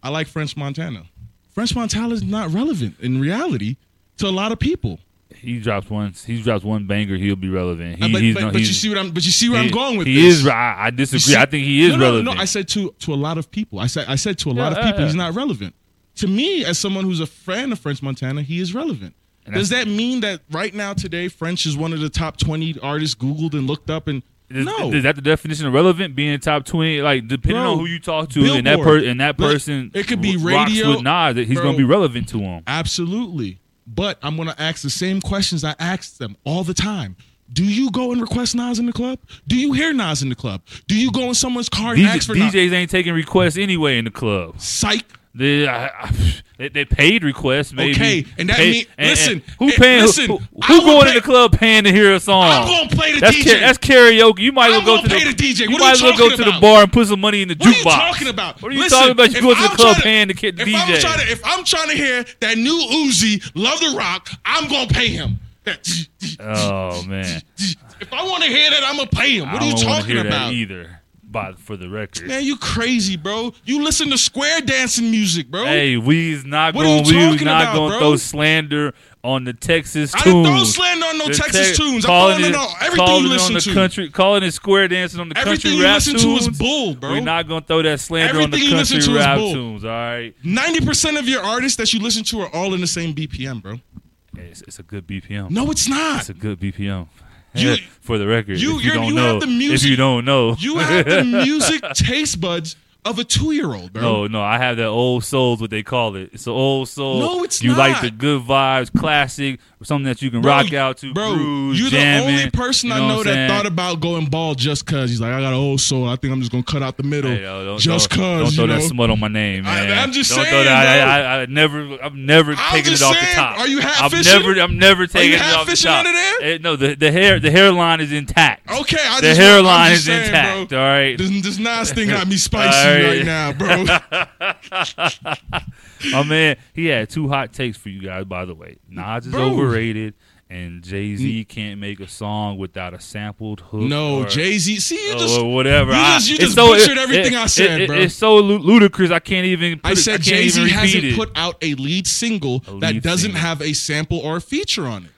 [SPEAKER 1] I like French Montana. French Montana is not relevant in reality to a lot of people.
[SPEAKER 2] he drops one. He drops one banger. He'll be relevant. He,
[SPEAKER 1] Uh, but,
[SPEAKER 2] he's
[SPEAKER 1] but,
[SPEAKER 2] no-
[SPEAKER 1] but you
[SPEAKER 2] he's-
[SPEAKER 1] see what I'm but you see where I'm
[SPEAKER 2] he-
[SPEAKER 1] going with
[SPEAKER 2] he
[SPEAKER 1] this.
[SPEAKER 2] is. re- I, I disagree.
[SPEAKER 1] You see-
[SPEAKER 2] I think he is
[SPEAKER 1] no, no,
[SPEAKER 2] relevant.
[SPEAKER 1] No, I said to to a lot of people. I said I said to a lot
[SPEAKER 2] Yeah,
[SPEAKER 1] of people
[SPEAKER 2] yeah,
[SPEAKER 1] he's
[SPEAKER 2] yeah.
[SPEAKER 1] not relevant. To me, as someone who's a fan of French Montana, he is relevant.
[SPEAKER 2] And
[SPEAKER 1] Does that mean that right now today French is one of the top 20 artists googled and looked up and
[SPEAKER 2] Is,
[SPEAKER 1] no.
[SPEAKER 2] is that the definition of relevant? Being in top twenty, like depending
[SPEAKER 1] Bro,
[SPEAKER 2] on who you talk to, and that per-
[SPEAKER 1] Billboard.
[SPEAKER 2] and that
[SPEAKER 1] Like,
[SPEAKER 2] person,
[SPEAKER 1] it could be
[SPEAKER 2] rocks
[SPEAKER 1] radio,
[SPEAKER 2] with Nas, that he's
[SPEAKER 1] bro.
[SPEAKER 2] gonna be relevant to him.
[SPEAKER 1] Absolutely. But I'm going to ask the same questions I ask them all the time. Do you go and request Nas in the club? Do you hear Nas in the club? Do you go in someone's car and ask
[SPEAKER 2] DJ,
[SPEAKER 1] for Nas?
[SPEAKER 2] DJs ain't taking requests anyway in the club.
[SPEAKER 1] Psych.
[SPEAKER 2] They, I, I, they, they paid requests, maybe.
[SPEAKER 1] Okay, and that
[SPEAKER 2] Pay-
[SPEAKER 1] mean- listen,
[SPEAKER 2] who
[SPEAKER 1] eh,
[SPEAKER 2] paying?
[SPEAKER 1] listen,
[SPEAKER 2] who
[SPEAKER 1] I
[SPEAKER 2] who
[SPEAKER 1] will
[SPEAKER 2] going in
[SPEAKER 1] pay-
[SPEAKER 2] the club paying to hear a song?
[SPEAKER 1] I'm gonna play the
[SPEAKER 2] that's
[SPEAKER 1] DJ.
[SPEAKER 2] that's karaoke. You might as
[SPEAKER 1] I'm
[SPEAKER 2] well
[SPEAKER 1] gonna
[SPEAKER 2] go to
[SPEAKER 1] pay
[SPEAKER 2] the,
[SPEAKER 1] the DJ.
[SPEAKER 2] You
[SPEAKER 1] What are
[SPEAKER 2] might
[SPEAKER 1] you
[SPEAKER 2] as well go
[SPEAKER 1] talking
[SPEAKER 2] to the
[SPEAKER 1] about?
[SPEAKER 2] bar and put some money in the
[SPEAKER 1] What are
[SPEAKER 2] jukebox.
[SPEAKER 1] you talking about?
[SPEAKER 2] What are you
[SPEAKER 1] Listen,
[SPEAKER 2] talking about? You
[SPEAKER 1] if
[SPEAKER 2] going to the
[SPEAKER 1] I'm
[SPEAKER 2] club
[SPEAKER 1] tryna-
[SPEAKER 2] paying the kid, the
[SPEAKER 1] if
[SPEAKER 2] DJ.
[SPEAKER 1] I'm trying to, if I'm trying to hear that new Uzi, Love the Rock, I'm going to pay him. That-
[SPEAKER 2] oh man,
[SPEAKER 1] if I want to hear that, I'm going to pay him. What
[SPEAKER 2] I
[SPEAKER 1] are you
[SPEAKER 2] don't want to
[SPEAKER 1] talking
[SPEAKER 2] hear
[SPEAKER 1] about?
[SPEAKER 2] that either. But for the record,
[SPEAKER 1] Man, you crazy, bro. You listen to square dancing music, bro.
[SPEAKER 2] hey, we's not
[SPEAKER 1] What are you
[SPEAKER 2] going. We's
[SPEAKER 1] talking
[SPEAKER 2] not
[SPEAKER 1] about,
[SPEAKER 2] going
[SPEAKER 1] bro?
[SPEAKER 2] to throw slander on the Texas
[SPEAKER 1] I
[SPEAKER 2] tunes.
[SPEAKER 1] didn't throw slander on no
[SPEAKER 2] The
[SPEAKER 1] Texas
[SPEAKER 2] tech-
[SPEAKER 1] tunes. I'm
[SPEAKER 2] calling
[SPEAKER 1] calling it
[SPEAKER 2] it-
[SPEAKER 1] on everything
[SPEAKER 2] calling
[SPEAKER 1] you
[SPEAKER 2] it
[SPEAKER 1] listen
[SPEAKER 2] on the
[SPEAKER 1] to.
[SPEAKER 2] Country, calling it square dancing on the
[SPEAKER 1] Everything
[SPEAKER 2] country
[SPEAKER 1] you
[SPEAKER 2] rap
[SPEAKER 1] listen
[SPEAKER 2] tunes.
[SPEAKER 1] to is bull, bro.
[SPEAKER 2] We're not gonna throw that slander on
[SPEAKER 1] Everything
[SPEAKER 2] the
[SPEAKER 1] you listen
[SPEAKER 2] country
[SPEAKER 1] to is
[SPEAKER 2] rap
[SPEAKER 1] bull.
[SPEAKER 2] tunes. All right,
[SPEAKER 1] 90% of your artists that you listen to are all in the same BPM, bro.
[SPEAKER 2] it's, it's a good BPM.
[SPEAKER 1] No, it's
[SPEAKER 2] it's
[SPEAKER 1] not.
[SPEAKER 2] a good BPM.
[SPEAKER 1] You-
[SPEAKER 2] for the record,
[SPEAKER 1] you-
[SPEAKER 2] if you
[SPEAKER 1] you're-
[SPEAKER 2] don't
[SPEAKER 1] you
[SPEAKER 2] know,
[SPEAKER 1] have the music-
[SPEAKER 2] if you don't know,
[SPEAKER 1] You have the music taste buds of a two year old, bro.
[SPEAKER 2] No, no, I have that old soul's what they call it. It's the old soul.
[SPEAKER 1] No, it's
[SPEAKER 2] you like
[SPEAKER 1] not.
[SPEAKER 2] the good vibes, classic, something that you can
[SPEAKER 1] Bro,
[SPEAKER 2] rock out to,
[SPEAKER 1] bro.
[SPEAKER 2] groove,
[SPEAKER 1] you're
[SPEAKER 2] jamming,
[SPEAKER 1] the only person
[SPEAKER 2] you
[SPEAKER 1] I
[SPEAKER 2] what
[SPEAKER 1] know
[SPEAKER 2] I'm
[SPEAKER 1] that
[SPEAKER 2] saying?
[SPEAKER 1] thought about going bald just cause he's like, I got an old soul. I think I'm just gonna cut out the middle
[SPEAKER 2] Hey, yo, don't,
[SPEAKER 1] just
[SPEAKER 2] don't, don't
[SPEAKER 1] cause.
[SPEAKER 2] throw
[SPEAKER 1] you know?
[SPEAKER 2] that smut on my name,
[SPEAKER 1] I-
[SPEAKER 2] man.
[SPEAKER 1] I'm just
[SPEAKER 2] don't Throw
[SPEAKER 1] saying,
[SPEAKER 2] that, I,
[SPEAKER 1] bro.
[SPEAKER 2] I, I never, I'm never
[SPEAKER 1] I'm
[SPEAKER 2] taking it
[SPEAKER 1] just
[SPEAKER 2] off
[SPEAKER 1] saying,
[SPEAKER 2] the top.
[SPEAKER 1] are you half
[SPEAKER 2] I'm
[SPEAKER 1] fishing?
[SPEAKER 2] never, I'm never taking it
[SPEAKER 1] half
[SPEAKER 2] off the
[SPEAKER 1] fishing
[SPEAKER 2] top.
[SPEAKER 1] under there?
[SPEAKER 2] Eh, no, the the hair, the hairline is intact.
[SPEAKER 1] Okay, I
[SPEAKER 2] the
[SPEAKER 1] just
[SPEAKER 2] hairline
[SPEAKER 1] I'm
[SPEAKER 2] is
[SPEAKER 1] just saying,
[SPEAKER 2] intact.
[SPEAKER 1] Bro.
[SPEAKER 2] All right,
[SPEAKER 1] This, this Nas thing got me spicy
[SPEAKER 2] All
[SPEAKER 1] right
[SPEAKER 2] right.
[SPEAKER 1] now, bro.
[SPEAKER 2] my man, he had two hot takes for you guys. By the way, Nas is
[SPEAKER 1] Bro.
[SPEAKER 2] overrated, and Jay Z can't make a song without a sampled hook.
[SPEAKER 1] No,
[SPEAKER 2] or-
[SPEAKER 1] Jay Z. See, you
[SPEAKER 2] or
[SPEAKER 1] just
[SPEAKER 2] whatever.
[SPEAKER 1] you
[SPEAKER 2] I-
[SPEAKER 1] just- you
[SPEAKER 2] it's
[SPEAKER 1] just butchered everything I said,
[SPEAKER 2] it-
[SPEAKER 1] bro.
[SPEAKER 2] It's so lu- ludicrous. I can't even. Put
[SPEAKER 1] I
[SPEAKER 2] it-
[SPEAKER 1] said
[SPEAKER 2] can't
[SPEAKER 1] Jay Z
[SPEAKER 2] even repeat
[SPEAKER 1] hasn't
[SPEAKER 2] it.
[SPEAKER 1] put out a lead single
[SPEAKER 2] A
[SPEAKER 1] that
[SPEAKER 2] lead
[SPEAKER 1] doesn't
[SPEAKER 2] single.
[SPEAKER 1] have a sample or a feature on it.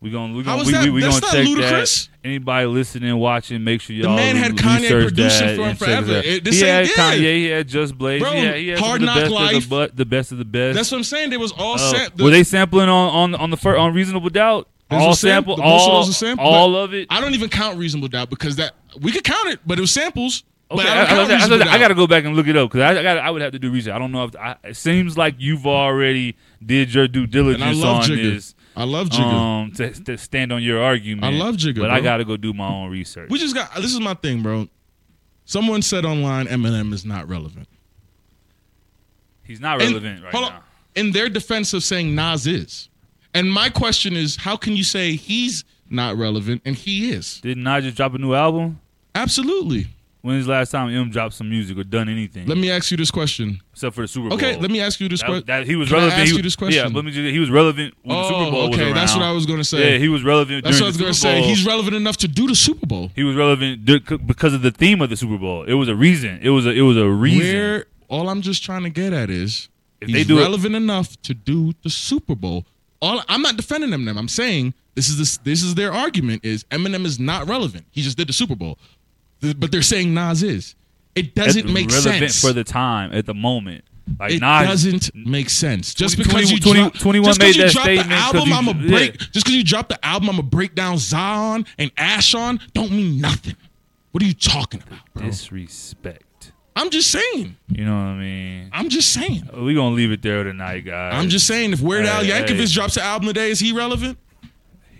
[SPEAKER 2] We gonna we
[SPEAKER 1] How
[SPEAKER 2] gonna
[SPEAKER 1] is
[SPEAKER 2] we,
[SPEAKER 1] that-
[SPEAKER 2] we, we
[SPEAKER 1] that's
[SPEAKER 2] gonna
[SPEAKER 1] not
[SPEAKER 2] check
[SPEAKER 1] ludicrous.
[SPEAKER 2] that. Anybody listening, watching, make sure
[SPEAKER 1] The
[SPEAKER 2] y'all.
[SPEAKER 1] man had
[SPEAKER 2] re-
[SPEAKER 1] Kanye
[SPEAKER 2] research
[SPEAKER 1] producing
[SPEAKER 2] that
[SPEAKER 1] for him
[SPEAKER 2] and check
[SPEAKER 1] forever.
[SPEAKER 2] that.
[SPEAKER 1] It- this
[SPEAKER 2] he had
[SPEAKER 1] ain't
[SPEAKER 2] Kanye.
[SPEAKER 1] it.
[SPEAKER 2] He had Just Blaze.
[SPEAKER 1] Bro,
[SPEAKER 2] he had, he had some
[SPEAKER 1] Hard
[SPEAKER 2] of the
[SPEAKER 1] Knock
[SPEAKER 2] best Of
[SPEAKER 1] Life.
[SPEAKER 2] the, bu- the best of the best.
[SPEAKER 1] That's what I'm saying. There was all
[SPEAKER 2] Uh,
[SPEAKER 1] sam-
[SPEAKER 2] were they sampling on on on the first on Reasonable Doubt?
[SPEAKER 1] Those
[SPEAKER 2] all
[SPEAKER 1] were sam-
[SPEAKER 2] sample,
[SPEAKER 1] the- most of
[SPEAKER 2] all,
[SPEAKER 1] those were sample,
[SPEAKER 2] all
[SPEAKER 1] but
[SPEAKER 2] of it.
[SPEAKER 1] I don't even count reasonable doubt because that we could count it, but it was samples.
[SPEAKER 2] Okay,
[SPEAKER 1] but
[SPEAKER 2] I,
[SPEAKER 1] I, don't count
[SPEAKER 2] I- I- I-
[SPEAKER 1] reasonable
[SPEAKER 2] I
[SPEAKER 1] doubt.
[SPEAKER 2] gotta go back and look it up because I, I got I would have to do research. I don't know if I, it seems like you've already did your due diligence
[SPEAKER 1] And I love
[SPEAKER 2] on
[SPEAKER 1] Jigga.
[SPEAKER 2] this.
[SPEAKER 1] I love Jigga.
[SPEAKER 2] Um, to, to stand on your argument.
[SPEAKER 1] I love Jigga,
[SPEAKER 2] but I
[SPEAKER 1] bro.
[SPEAKER 2] gotta go do my own research.
[SPEAKER 1] we just got. This is my thing, bro. Someone said online Eminem is not relevant.
[SPEAKER 2] He's not
[SPEAKER 1] And-
[SPEAKER 2] relevant right
[SPEAKER 1] hold on.
[SPEAKER 2] now.
[SPEAKER 1] In their defense of saying Nas is, and my question is, how can you say he's not relevant and he is?
[SPEAKER 2] Did not just drop a new album?
[SPEAKER 1] Absolutely.
[SPEAKER 2] When's the last time M dropped some music or done anything
[SPEAKER 1] Let me ask you this question.
[SPEAKER 2] except for the Super Bowl?
[SPEAKER 1] Okay, let me ask you this
[SPEAKER 2] That-
[SPEAKER 1] question.
[SPEAKER 2] that- he was
[SPEAKER 1] Can I
[SPEAKER 2] relevant.
[SPEAKER 1] ask
[SPEAKER 2] he,
[SPEAKER 1] you this
[SPEAKER 2] Yeah,
[SPEAKER 1] question?
[SPEAKER 2] let me just, he was relevant when the
[SPEAKER 1] Oh,
[SPEAKER 2] Super Bowl was
[SPEAKER 1] okay,
[SPEAKER 2] around.
[SPEAKER 1] that's what I was gonna say.
[SPEAKER 2] Yeah, he was relevant.
[SPEAKER 1] That's what I
[SPEAKER 2] during
[SPEAKER 1] was
[SPEAKER 2] the
[SPEAKER 1] gonna
[SPEAKER 2] Super
[SPEAKER 1] say.
[SPEAKER 2] Bowl.
[SPEAKER 1] He's relevant enough to do the Super Bowl.
[SPEAKER 2] He was relevant d- c- because of the theme of the Super Bowl. It was a reason. It was a it was a reason.
[SPEAKER 1] Where all I'm just trying to get at is
[SPEAKER 2] If
[SPEAKER 1] he's
[SPEAKER 2] they do it-
[SPEAKER 1] relevant enough to do the Super Bowl. All I'm not defending Eminem. I'm saying this is this, this is their argument is Eminem is not relevant. He just did the Super Bowl, Th- but they're saying Nas is. It
[SPEAKER 2] That's
[SPEAKER 1] doesn't make
[SPEAKER 2] relevant
[SPEAKER 1] sense
[SPEAKER 2] for the time at the moment. Like
[SPEAKER 1] It
[SPEAKER 2] Nas,
[SPEAKER 1] doesn't make sense. Just
[SPEAKER 2] 20
[SPEAKER 1] because you
[SPEAKER 2] 20
[SPEAKER 1] drop,
[SPEAKER 2] 21
[SPEAKER 1] just 'cause
[SPEAKER 2] made
[SPEAKER 1] you
[SPEAKER 2] that
[SPEAKER 1] drop
[SPEAKER 2] statement 'cause
[SPEAKER 1] the album,
[SPEAKER 2] you-
[SPEAKER 1] I'm a
[SPEAKER 2] yeah.
[SPEAKER 1] break. Just because you drop the album, I'm a break down Zion and Ashon don't mean nothing. What are you talking about, bro?
[SPEAKER 2] disrespect.
[SPEAKER 1] I'm just saying.
[SPEAKER 2] You know what I mean?
[SPEAKER 1] I'm just saying.
[SPEAKER 2] We gonna leave it there tonight, guys.
[SPEAKER 1] I'm just saying. If Weird Al
[SPEAKER 2] Hey,
[SPEAKER 1] Yankovic
[SPEAKER 2] hey.
[SPEAKER 1] drops an album today, is he relevant?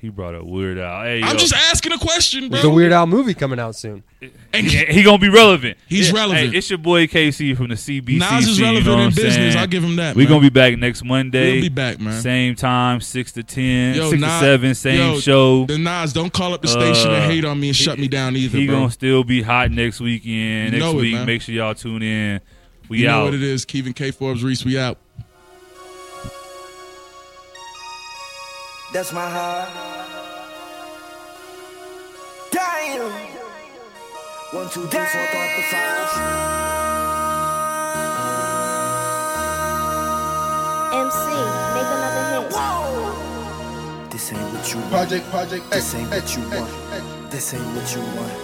[SPEAKER 2] he brought up Weird Al. Hey,
[SPEAKER 1] I'm
[SPEAKER 2] yo.
[SPEAKER 1] just asking a question, bro.
[SPEAKER 6] There's a Weird Al movie coming out soon.
[SPEAKER 1] And
[SPEAKER 2] Yeah, he gonna be relevant.
[SPEAKER 1] He's
[SPEAKER 2] Yeah,
[SPEAKER 1] relevant.
[SPEAKER 2] Hey, it's your boy KC from the CBC.
[SPEAKER 1] Nas is relevant in business. I'll give him that,
[SPEAKER 2] We're
[SPEAKER 1] man.
[SPEAKER 2] gonna be back next Monday.
[SPEAKER 1] We'll be back, man.
[SPEAKER 2] Same time, six to ten,
[SPEAKER 1] Yo,
[SPEAKER 2] six
[SPEAKER 1] Nas-
[SPEAKER 2] to seven, same
[SPEAKER 1] yo,
[SPEAKER 2] show.
[SPEAKER 1] The Nas, don't call up the station
[SPEAKER 2] Uh,
[SPEAKER 1] and hate on me and shut me down either,
[SPEAKER 2] he
[SPEAKER 1] bro.
[SPEAKER 2] gonna still be hot next weekend.
[SPEAKER 1] You
[SPEAKER 2] Next
[SPEAKER 1] know it,
[SPEAKER 2] week,
[SPEAKER 1] man.
[SPEAKER 2] make sure y'all tune in. We
[SPEAKER 1] you
[SPEAKER 2] out.
[SPEAKER 1] know what it is. Kevin K. Forbes, Reese, we out.
[SPEAKER 5] That's my heart.
[SPEAKER 3] Damn.
[SPEAKER 5] One, two, three, four, five, the five.
[SPEAKER 8] MC, make another hit.
[SPEAKER 5] This ain't what you want.
[SPEAKER 9] Project, Project X.
[SPEAKER 5] This ain't what you want. This ain't what you want.